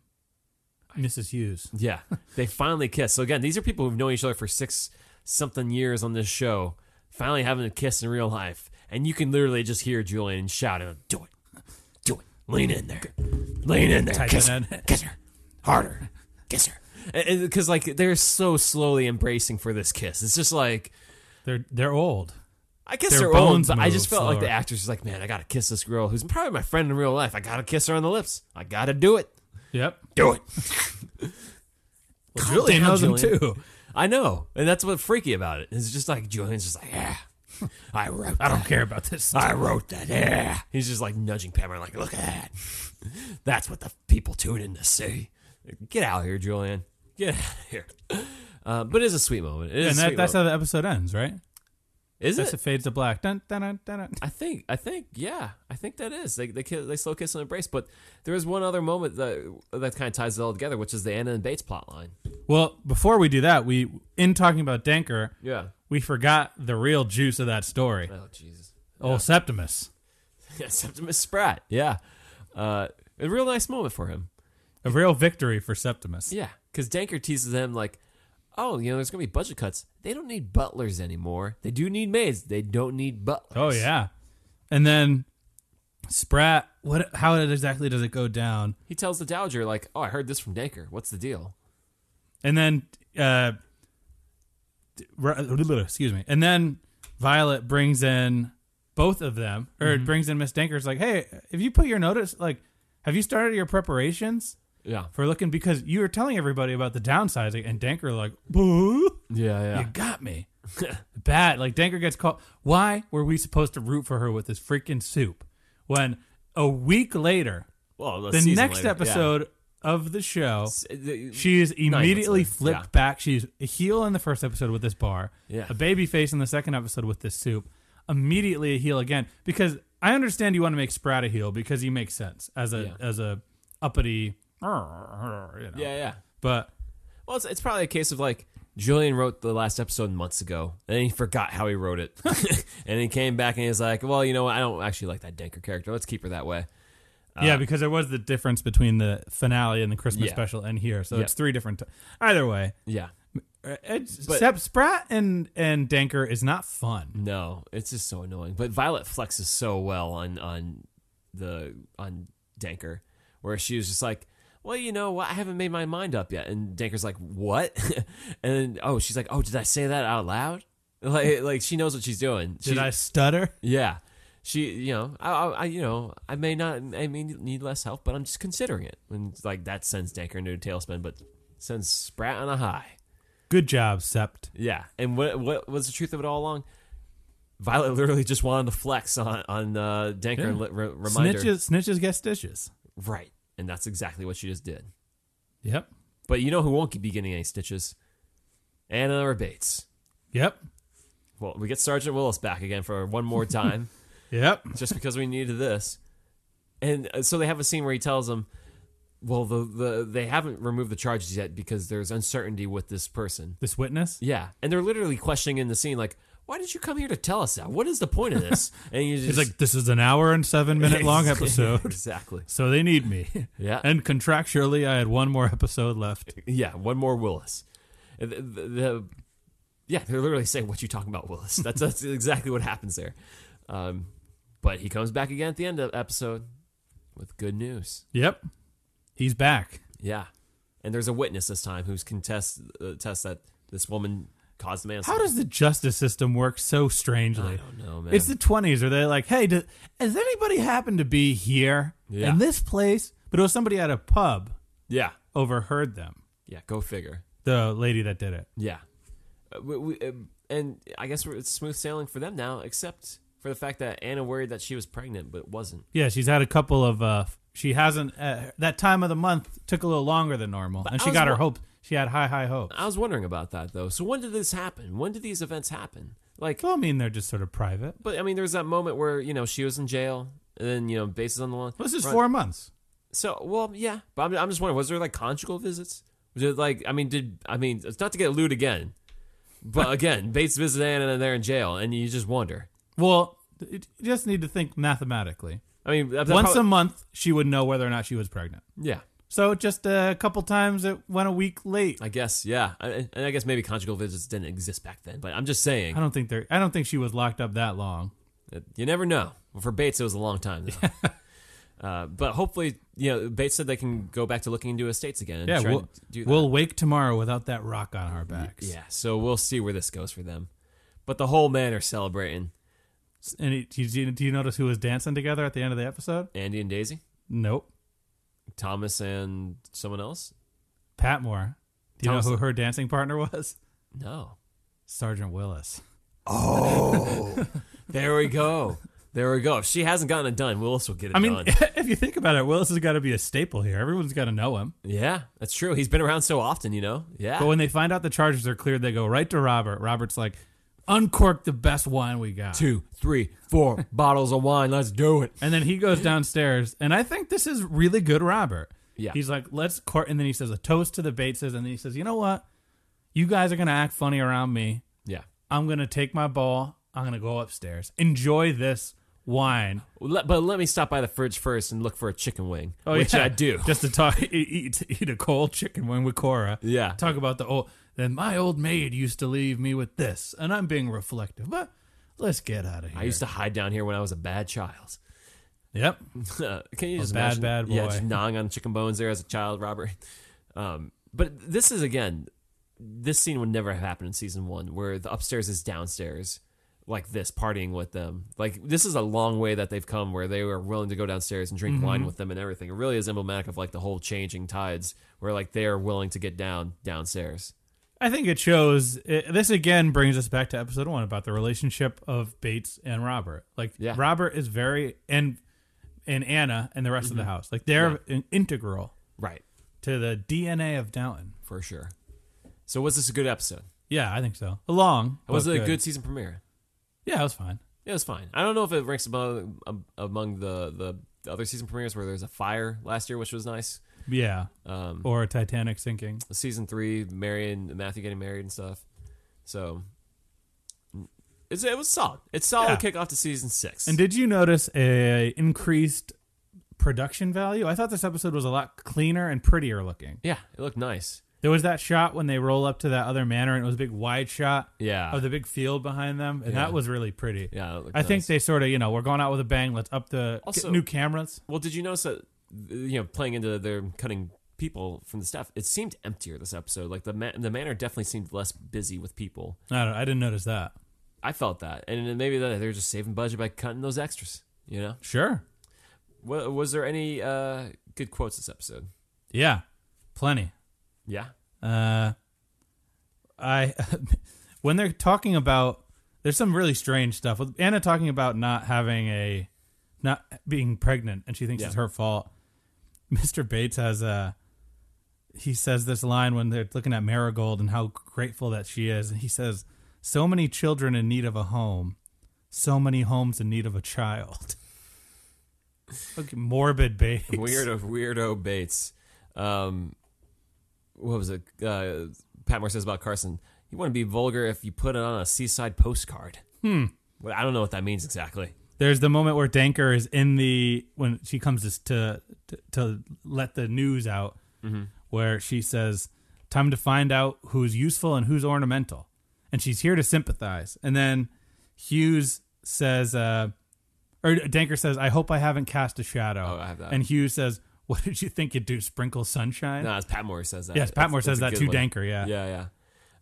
Mrs. Hughes.
Yeah, they finally kiss. So again, these are people who've known each other for six something years on this show, finally having a kiss in real life, and you can literally just hear Julian shouting, "Do it, do it, lean in there, lean in there,
Type
kiss
it
her,
in.
kiss her, harder, kiss her," because like they're so slowly embracing for this kiss. It's just like.
They're they're old.
I guess
Their
they're
bones
old, but I
move
just felt like the
slower.
actors was like, man, I gotta kiss this girl who's probably my friend in real life. I gotta kiss her on the lips. I gotta do it.
Yep.
Do it.
Well,
God
Julian
damn,
knows them
Julian.
too.
I know, and that's what's freaky about it. It's just like Julian's just like, yeah, I wrote.
I don't
that.
care about this.
I wrote that. Yeah, he's just like nudging Pamela, like, look at that. That's what the people tune in to see. Get out here, Julian. Get out here. Uh, but it is a sweet moment. It is
and
a
that,
sweet
that's how
moment.
the episode ends, right?
is
That's
it?
it fades to black. Dun, dun, dun, dun, dun.
I think, I think, yeah, I think that is. They they, ki- they slow kiss and embrace, but there is one other moment that that kind of ties it all together, which is the Anna and Bates plot line.
Well, before we do that, we in talking about Danker,
Yeah.
we forgot the real juice of that story.
Oh Jesus.
Oh, Septimus.
Yeah, Septimus Sprat. Yeah. Uh, a real nice moment for him.
A real victory for Septimus.
Yeah, because Danker teases them like, "Oh, you know, there's gonna be budget cuts. They don't need butlers anymore. They do need maids. They don't need
Oh
butlers."
yeah, and then Sprat. What? How it exactly does it go down?
He tells the dowager like, "Oh, I heard this from Danker. What's the deal?"
And then, uh, d- r- excuse me. And then Violet brings in both of them, or
Mm-hmm.
it brings in Miss Danker's. Like, hey, have you put your notice? Like, have you started your preparations
Yeah.
for looking? Because you were telling everybody about the downsizing, and Danker like, boo.
Yeah. Yeah.
You got me. Bad. Like Danker gets called. Why were we supposed to root for her with this freaking soup when a week later,
Well, a
the
season
next
later, yeah.
episode of the show,
S- the-
she is immediately
later,
flipped
yeah.
back. She's a heel in the first episode with this bar,
Yeah.
a baby face in the second episode with this soup. immediately a heel again because I understand you want to make Sprat a heel because he makes sense as a
Yeah.
as a uppity. You know.
Yeah, yeah.
But
Well, it's, it's probably a case of like Julian wrote the last episode months ago, and then he forgot how he wrote it, and he came back and he's like, "Well, you know, what? I don't actually like that Denker character. Let's keep her that way."
yeah, because there was the difference between the finale and the Christmas
Uh, Yeah.
special and here, so
Yeah.
it's three different. T- Either way,
Yeah.
uh, it's,
But- Mm.
Sep- Sprat and and Danker is not fun.
No, it's just so annoying. But Violet flexes so well on on the on Danker, where she was just like, "Well, you know what? I haven't made my mind up yet." And Danker's like, "What?" and then, oh, she's like, "Oh, did I say that out loud?" Like, like she knows what she's doing.
Did
She's-
I stutter?
Yeah, she. You know, I, I, I- you know, I may not, I may need less help, but I'm just considering it. And it's like that sends Danker into a tailspin, but sends Sprat on a high.
Good job, Sept.
Yeah, and what what was the truth of it all along? Violet literally just wanted to flex on on uh, Danker and li- re- reminder,
Snitches, snitches get stitches.
right? And that's exactly what she just did.
Yep,
But you know who won't be getting any stitches? Anna or Bates.
yep,
Well, we get Sergeant Willis back again for one more time,
yep.
just because we needed this. And uh, so they have a scene where he tells them, "Well, the, the they haven't removed the charges yet because there's uncertainty with this person."
This witness.
Yeah, and they're literally questioning in the scene, like, "Why did you come here to tell us that? What is the point of this?" And you just
He's like, this is an hour and seven minute long episode,
exactly.
so they need me.
Yeah,
And contractually, I had one more episode left.
yeah. One more Willis. And The, the- the- yeah, they're literally saying, "What you talking about, Willis?" That's that's exactly what happens there. Um, but he comes back again at the end of the episode with good news.
Yep, he's back.
Yeah, and there's a witness this time who's contest uh, test that this woman caused the
How
manslaughter.
does the justice system work so strangely?
I don't know, man.
It's the twenties. Are they like, hey, do, has anybody happened to be here
Yeah.
in this place? But it was somebody at a pub
yeah,
overheard them.
yeah. Go figure.
The lady that did it.
Yeah, uh, we, we, uh, and I guess we're, it's smooth sailing for them now, except for the fact that Anna worried that she was pregnant but wasn't.
Yeah, she's had a couple of. uh She hasn't. Uh, that time of the month took a little longer than normal, and
I
she
was
got her
wa-
hopes. She had high, high hopes.
I was wondering about that though. So when did this happen? When did these events happen? Like,
Well, I mean, they're just sort of private.
but I mean, there was that moment where you know she was in jail, and then you know bases on the lawn.
This is
Right.
four months.
So well, yeah. But I'm, I'm just wondering, was there like conjugal visits? Was it like I mean, did I mean it's not to get lewd again, but again, Bates visits Anna and they're in jail, and you just wonder.
Well, th- you just need to think mathematically.
I mean, that
Once
probably-
a month, she would know whether or not she was pregnant.
yeah.
So just a couple times it went a week late.
I guess, yeah. I, and I guess maybe conjugal visits didn't exist back then, but I'm just saying,
I don't think there. I don't think she was locked up that long.
that you never know. Well, for Bates, it was a long time, though. uh, but hopefully, you know, Bates said they can go back to looking into estates again. And
Yeah,
try
we'll,
to do that.
we'll wake tomorrow without that rock on our backs.
yeah. So we'll see where this goes for them. But the whole man are celebrating
And it, do, you, do you notice who was dancing together at the end of the episode?
Andy and Daisy,
Nope.
Thomas and someone else.
Patmore. Do you
Thomas-
know who her dancing partner was?
No,
Sergeant Willis.
there we go. There we go. If she hasn't gotten it done, Willis will get it
I mean,
done.
if you think about it, Willis has got to be a staple here. Everyone's got to know him.
Yeah, that's true. He's been around so often, you know. Yeah.
But when they find out the charges are cleared, they go right to Robert. Robert's like, uncork the best wine we got.
Two, three, four bottles of wine. Let's do it.
And then he goes downstairs, and I think this is really good, Robert.
Yeah.
He's like, let's court, and then he says a toast to the Bateses, and then he says, you know what? You guys are gonna act funny around me.
Yeah.
I'm gonna take my ball. I'm gonna go upstairs. Enjoy this wine.
Well, let- but let me stop by the fridge first and look for a chicken wing,
Oh,
which
yeah.
I do.
Just to talk, eat, eat, eat a cold chicken wing with Cora.
Yeah.
Talk about the old. Then my old maid used to leave me with this, and I'm being reflective. But let's get out of here.
I used to hide down here when I was a bad child.
Yep.
Can you just
bad,
imagine-
bad
Yeah,
boy.
just gnawing on chicken bones there as a child, Robert. Um, but this is again, this scene would never have happened in season one, where the upstairs is downstairs, like this, partying with them. Like this is a long way that they've come, where they were willing to go downstairs and drink
Mm-hmm.
wine with them and everything. It really is emblematic of like the whole changing tides, where like they are willing to get down downstairs.
I think it shows. It, this again brings us back to episode one about the relationship of Bates and Robert. Like
Yeah.
Robert is very and and Anna and the rest
Mm-hmm.
of the house. Like they're in- integral
Right,
to the DNA of Downton.
for sure. So was this a good episode?
Yeah, I think so. Long
Was
but
it a good season premiere?
Yeah, it was fine.
It was fine. I don't know if it ranks among among the the the other season premieres where there's a fire last year, which was nice.
Yeah.
Um,
Or a Titanic sinking.
season three, Mary and Matthew getting married and stuff. So mm, it's, it was solid. It's solid
Yeah.
kickoff to season six.
And did you notice a increased production value? I thought this episode was a lot cleaner and prettier looking.
yeah, it looked nice.
There was that shot when they roll up to that other manor and it was a big wide shot
Yeah,
of the big field behind them and
Yeah.
that was really pretty.
yeah. It looked
I think
nice.
they sort of, you know, we're going out with a bang, let's up the get
Also-
new cameras.
Well, did you notice that you know playing into their cutting people from the staff? It seemed emptier this episode. Like the ma- the manor definitely seemed less busy with people.
I don't I didn't notice that.
I felt that, and then maybe that they're just saving budget by cutting those extras. You know,
Sure.
Wa- was there any uh, good quotes this episode?
Yeah. Plenty.
Yeah,
Uh, I when they're talking about there's some really strange stuff with Anna talking about not having a not being pregnant and she thinks
Yeah.
it's her fault. Mr. Bates has a he says this line when they're looking at Marigold and how grateful that she is and he says so many children in need of a home, so many homes in need of a child. Look, morbid Bates.
weirdo weirdo Bates. Um, what was it? Uh, Pat Moore says about Carson. You want to be vulgar if you put it on a seaside postcard. Hmm. Well, I don't know what that means exactly.
There's the moment where Danker is in the when she comes to to, to, let the news out,
Mm-hmm.
where she says, "Time to find out who's useful and who's ornamental," and she's here to sympathize. And then Hughes says, uh, or Danker says, "I hope I haven't cast a shadow."
Oh, I have that.
And Hughes says, "What did you think you'd do? Sprinkle sunshine?"
No, it's Pat Moore says that.
Yes, Pat Moore
That's-
says
that's a
that
good
to
one.
Danker, yeah.
yeah,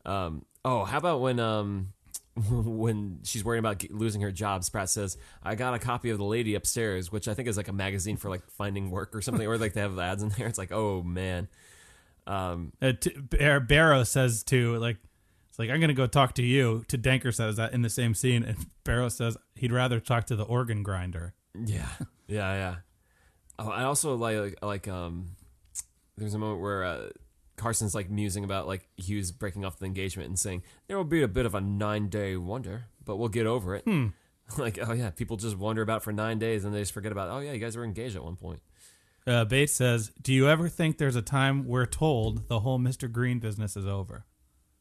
yeah. Um, oh, how about when um, when she's worrying about ge- losing her job? Spratt says, "I got a copy of the Lady Upstairs," which I think is like a magazine for like finding work or something, or like they have ads in there. It's like, oh man,
Uh, t- Bar- Barrow says to like, it's like I'm gonna go talk to you. To Danker says that in the same scene, and Barrow says he'd rather talk to the organ grinder.
yeah, yeah, yeah. Oh, I also like like, like um, there's a moment where. Uh, Carson's like musing about like Hughes breaking off the engagement and saying there will be a bit of a nine day wonder, but we'll get over it. Like oh yeah, people just wonder about it for nine days and they just forget about oh yeah, you guys were engaged at one point.
Uh, Bates says, "Do you ever think there's a time we're told the whole Mr. Green business is over?"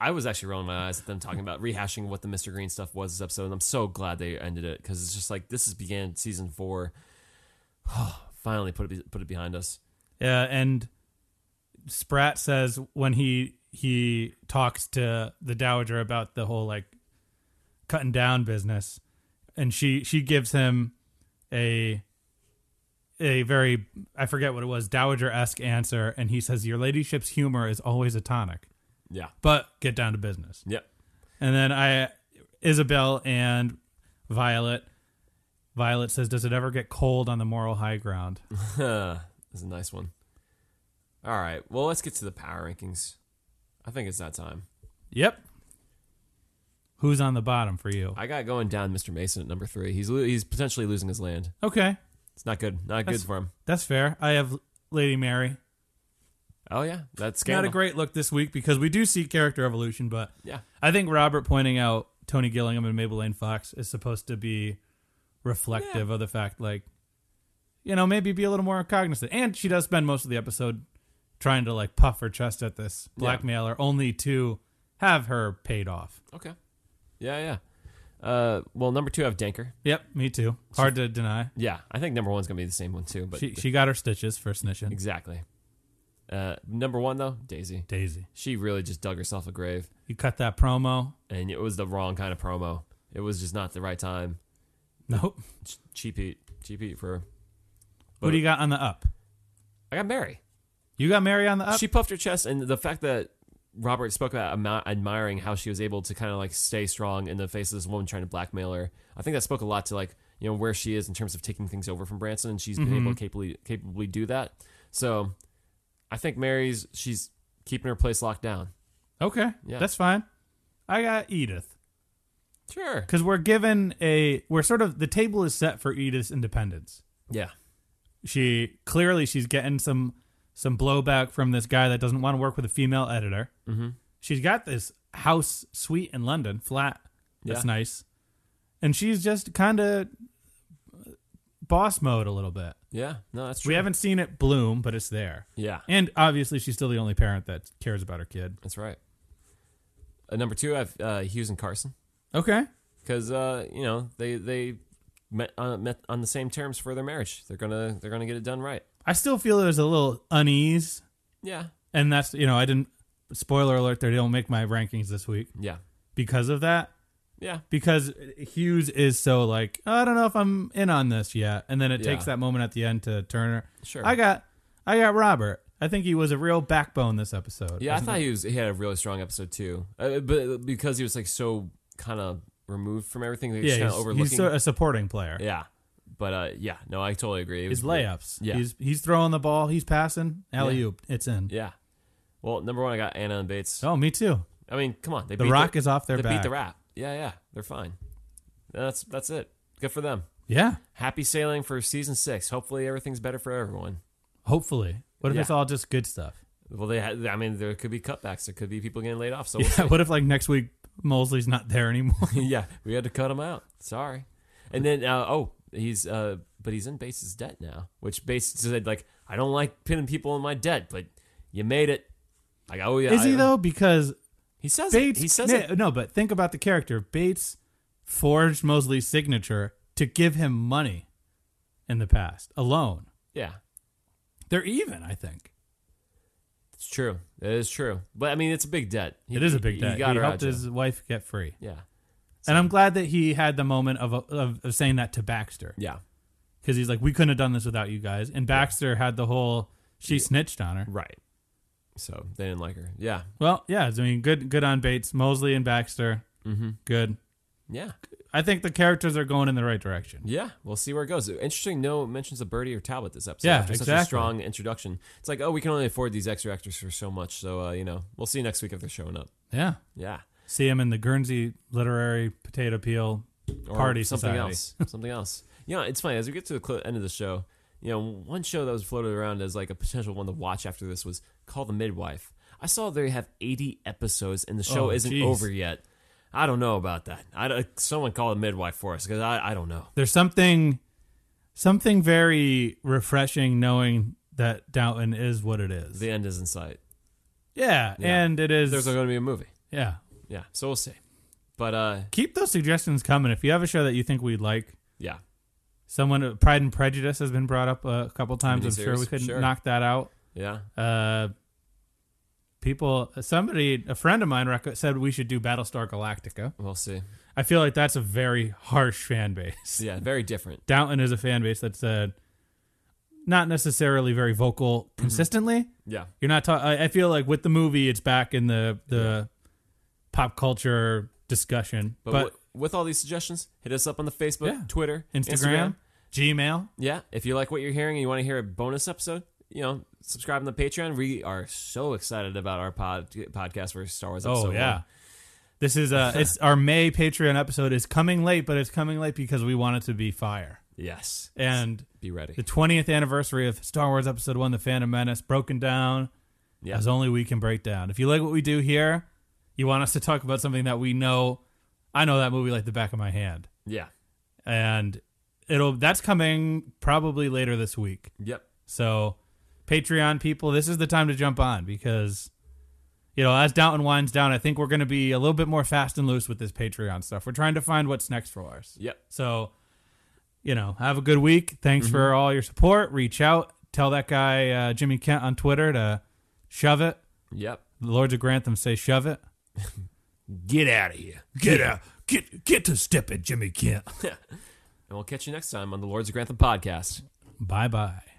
I was actually rolling my eyes at them talking about rehashing what the Mr. Green stuff was this episode, and I'm so glad they ended it because it's just like this is began season four. Finally, put it be- put it behind us.
Uh, and Spratt says when he he talks to the dowager about the whole like cutting down business, and she she gives him a a very I forget what it was dowager esque answer, and he says your ladyship's humor is always a tonic,
Yeah,
but get down to business.
yep.
And then I Isabel and Violet. Violet says, "Does it ever get cold on the moral high ground?"
That's a nice one. All right, well, let's get to the power rankings. I think it's that time.
Yep. Who's on the bottom for you?
I got going down Mr. Mason at number three. He's lo- he's potentially losing his land.
Okay,
It's not good. Not good for him.
that's fair. I have Lady Mary.
Oh yeah,
Not
that's scandal.
a great look this week because we do see character evolution, but
Yeah,
I think Robert pointing out Tony Gillingham and Maybelline Fox is supposed to be reflective of the fact, like, you know, maybe be a little more cognizant. And she does spend most of the episode trying to like puff her chest at this blackmailer, only to have her paid off.
okay. Yeah, yeah. Uh, well, number two, I have Danker.
Yep, me too. Hard to deny.
Yeah, I think number one's gonna be the same one too. But
She she got her stitches for snitching.
Exactly. Uh, number one though, Daisy.
Daisy.
She really just dug herself a grave,
You cut that promo.
and it was the wrong kind of promo. It was just not the right time.
Nope.
Ch- Cheap eat, cheap eat for. her.
what do you got on the up?
I got Mary.
You got Mary on the up?
She puffed her chest, and the fact that Robert spoke about admi- admiring how she was able to kind of like stay strong in the face of this woman trying to blackmail her. I think that spoke a lot to like you know where she is in terms of taking things over from Branson, and she's been able to capably capably do that. So, I think Mary's she's keeping her place locked down.
okay.
Yeah.
That's fine. I got Edith.
Sure.
Because we're given a we're sort of the table is set for Edith's independence.
Yeah.
She clearly she's getting some some blowback from this guy that doesn't want to work with a female editor. Mm-hmm. She's got this house suite in London, flat. That's
Yeah.
nice. and she's just kind of boss mode a little bit.
Yeah, no, that's true.
We haven't seen it bloom, but it's there.
Yeah,
And obviously, she's still the only parent that cares about her kid.
that's right. Uh, number two, I have uh, Hughes and Carson
Okay.
because uh, you know they they met, uh, met on the same terms for their marriage. They're gonna they're gonna get it done right.
I still feel there's a little unease,
Yeah,
and that's you know I didn't. Spoiler alert: they don't make my rankings this week
yeah,
because of that.
yeah.
Because Hughes is so like "Oh, I don't know if I'm in on this yet, and then it
Yeah.
takes that moment at the end to Turner.
Sure.
I got, I got Robert. I think he was a real backbone this episode.
Yeah, I
Wasn't
thought he was. He had a really strong episode too, uh, but because he was like so kind of removed from everything, they
he? yeah,
kind of
he's,
overlooking.
he's a supporting player.
yeah, but uh, yeah, no, I totally agree. It
His
was really-
layups.
Yeah.
He's he's throwing the ball. He's passing. Alley oop. It's in.
Yeah. Well, number one, I got Anna and Bates.
Oh, me too.
I mean, come on, they
The
beat
Rock is off their
They
back.
beat the rap. Yeah, yeah, they're fine. That's that's it. Good for them.
Yeah.
Happy sailing for season six. Hopefully, everything's better for everyone.
Hopefully. What if
Yeah.
it's all just good stuff?
Well, they. Had, I mean, there could be cutbacks. There could be people getting laid off. So we'll
Yeah. What if like next week Mosley's not there anymore?
yeah, we had to cut him out. Sorry. And then uh, oh, he's uh, but he's in Base's debt now, which Base said like I don't like pinning people in my debt, but you made it. Like oh yeah,
Is he
I-
though? Because
He says
Bates.
it. He says
no,
it.
no, but think about the character. Bates forged Mosley's signature to give him money in the past alone.
Yeah,
They're even, I think.
it's true. It is true. But I mean, it's a big debt. He-
It is a
he-
big debt.
He
He,
got her out.
helped
His...
his wife get free,
Yeah,
and I'm glad that he had the moment of of, of saying that to Baxter
yeah,
because he's like, "We couldn't have done this without you guys." And Baxter had the whole she snitched on her.
right. So they didn't like her. Yeah,
Well, yeah, I mean, good good on Bates, Mosley, and Baxter. Mm-hmm. Good.
yeah,
I think the characters are going in the right direction.
yeah. We'll see where it goes. Interesting. No mentions of Birdie or Talbot this episode.
Yeah,
after such a
exactly.
strong introduction. It's like oh, we can only afford these extra actors for so much. So uh, you know, we'll see next week if they're showing up.
Yeah.
Yeah.
See him in the Guernsey Literary Potato Peel.
or
Party
something
Society.
else something else you know it's funny as we get to the cl- end of the show you know one show that was floated around as like a potential one to watch after this was call the midwife i saw they have 80 episodes and the show
Oh,
isn't
geez.
over yet i don't know about that I don't- someone call the midwife for us because I, I don't know
There's something something very refreshing knowing that Downton is what it is.
the end is in sight
yeah, and it is.
there's going to be a movie
yeah.
yeah so we'll see but uh
Keep those suggestions coming. If you have a show that you think we'd like,
yeah
someone Pride and Prejudice has been brought up a couple times. I'm sure
Miniseries,
we could
sure.
knock that out.
yeah
Uh, people, somebody, a friend of mine rec- said we should do Battlestar Galactica.
we'll see
I feel like that's a very harsh fan base.
yeah very different
Downton is a fan base that's uh, not necessarily very vocal
Mm-hmm.
consistently.
yeah
You're not. Ta- I, I feel like with the movie, it's back in the the pop culture discussion,
but,
but,
wi- with all these suggestions hit us up on the facebook
Yeah.
twitter
Instagram, Gmail,
Yeah, if you like what you're hearing and you want to hear a bonus episode, you know, subscribe on the Patreon. We are so excited about our pod podcast for Star Wars.
Oh
Episode
yeah. This is uh it's our May Patreon episode is coming late, but it's coming late because we want it to be fire.
one. yes,
And
be ready.
the 20th anniversary of Star Wars episode 1 The Phantom Menace broken down
Yeah.
as only we can break down. If you like what we do here, you want us to talk about something that we know I know that movie like the back of my hand.
Yeah,
And it'll that's coming probably later this week.
yep,
So, Patreon people, this is the time to jump on because, you know, as Downton winds down, I think we're going to be a little bit more fast and loose with this Patreon stuff. We're trying to find what's next for us.
yep.
So, you know, have a good week. Thanks for all your support. Reach out. Tell that guy, uh, Jimmy Kent, on Twitter to shove it.
Yep.
The Lords of Grantham say shove it.
Get out of here.
Get out. Get, get to step it, Jimmy Kent.
And we'll catch you next time on the Lords of Grantham podcast.
Bye bye.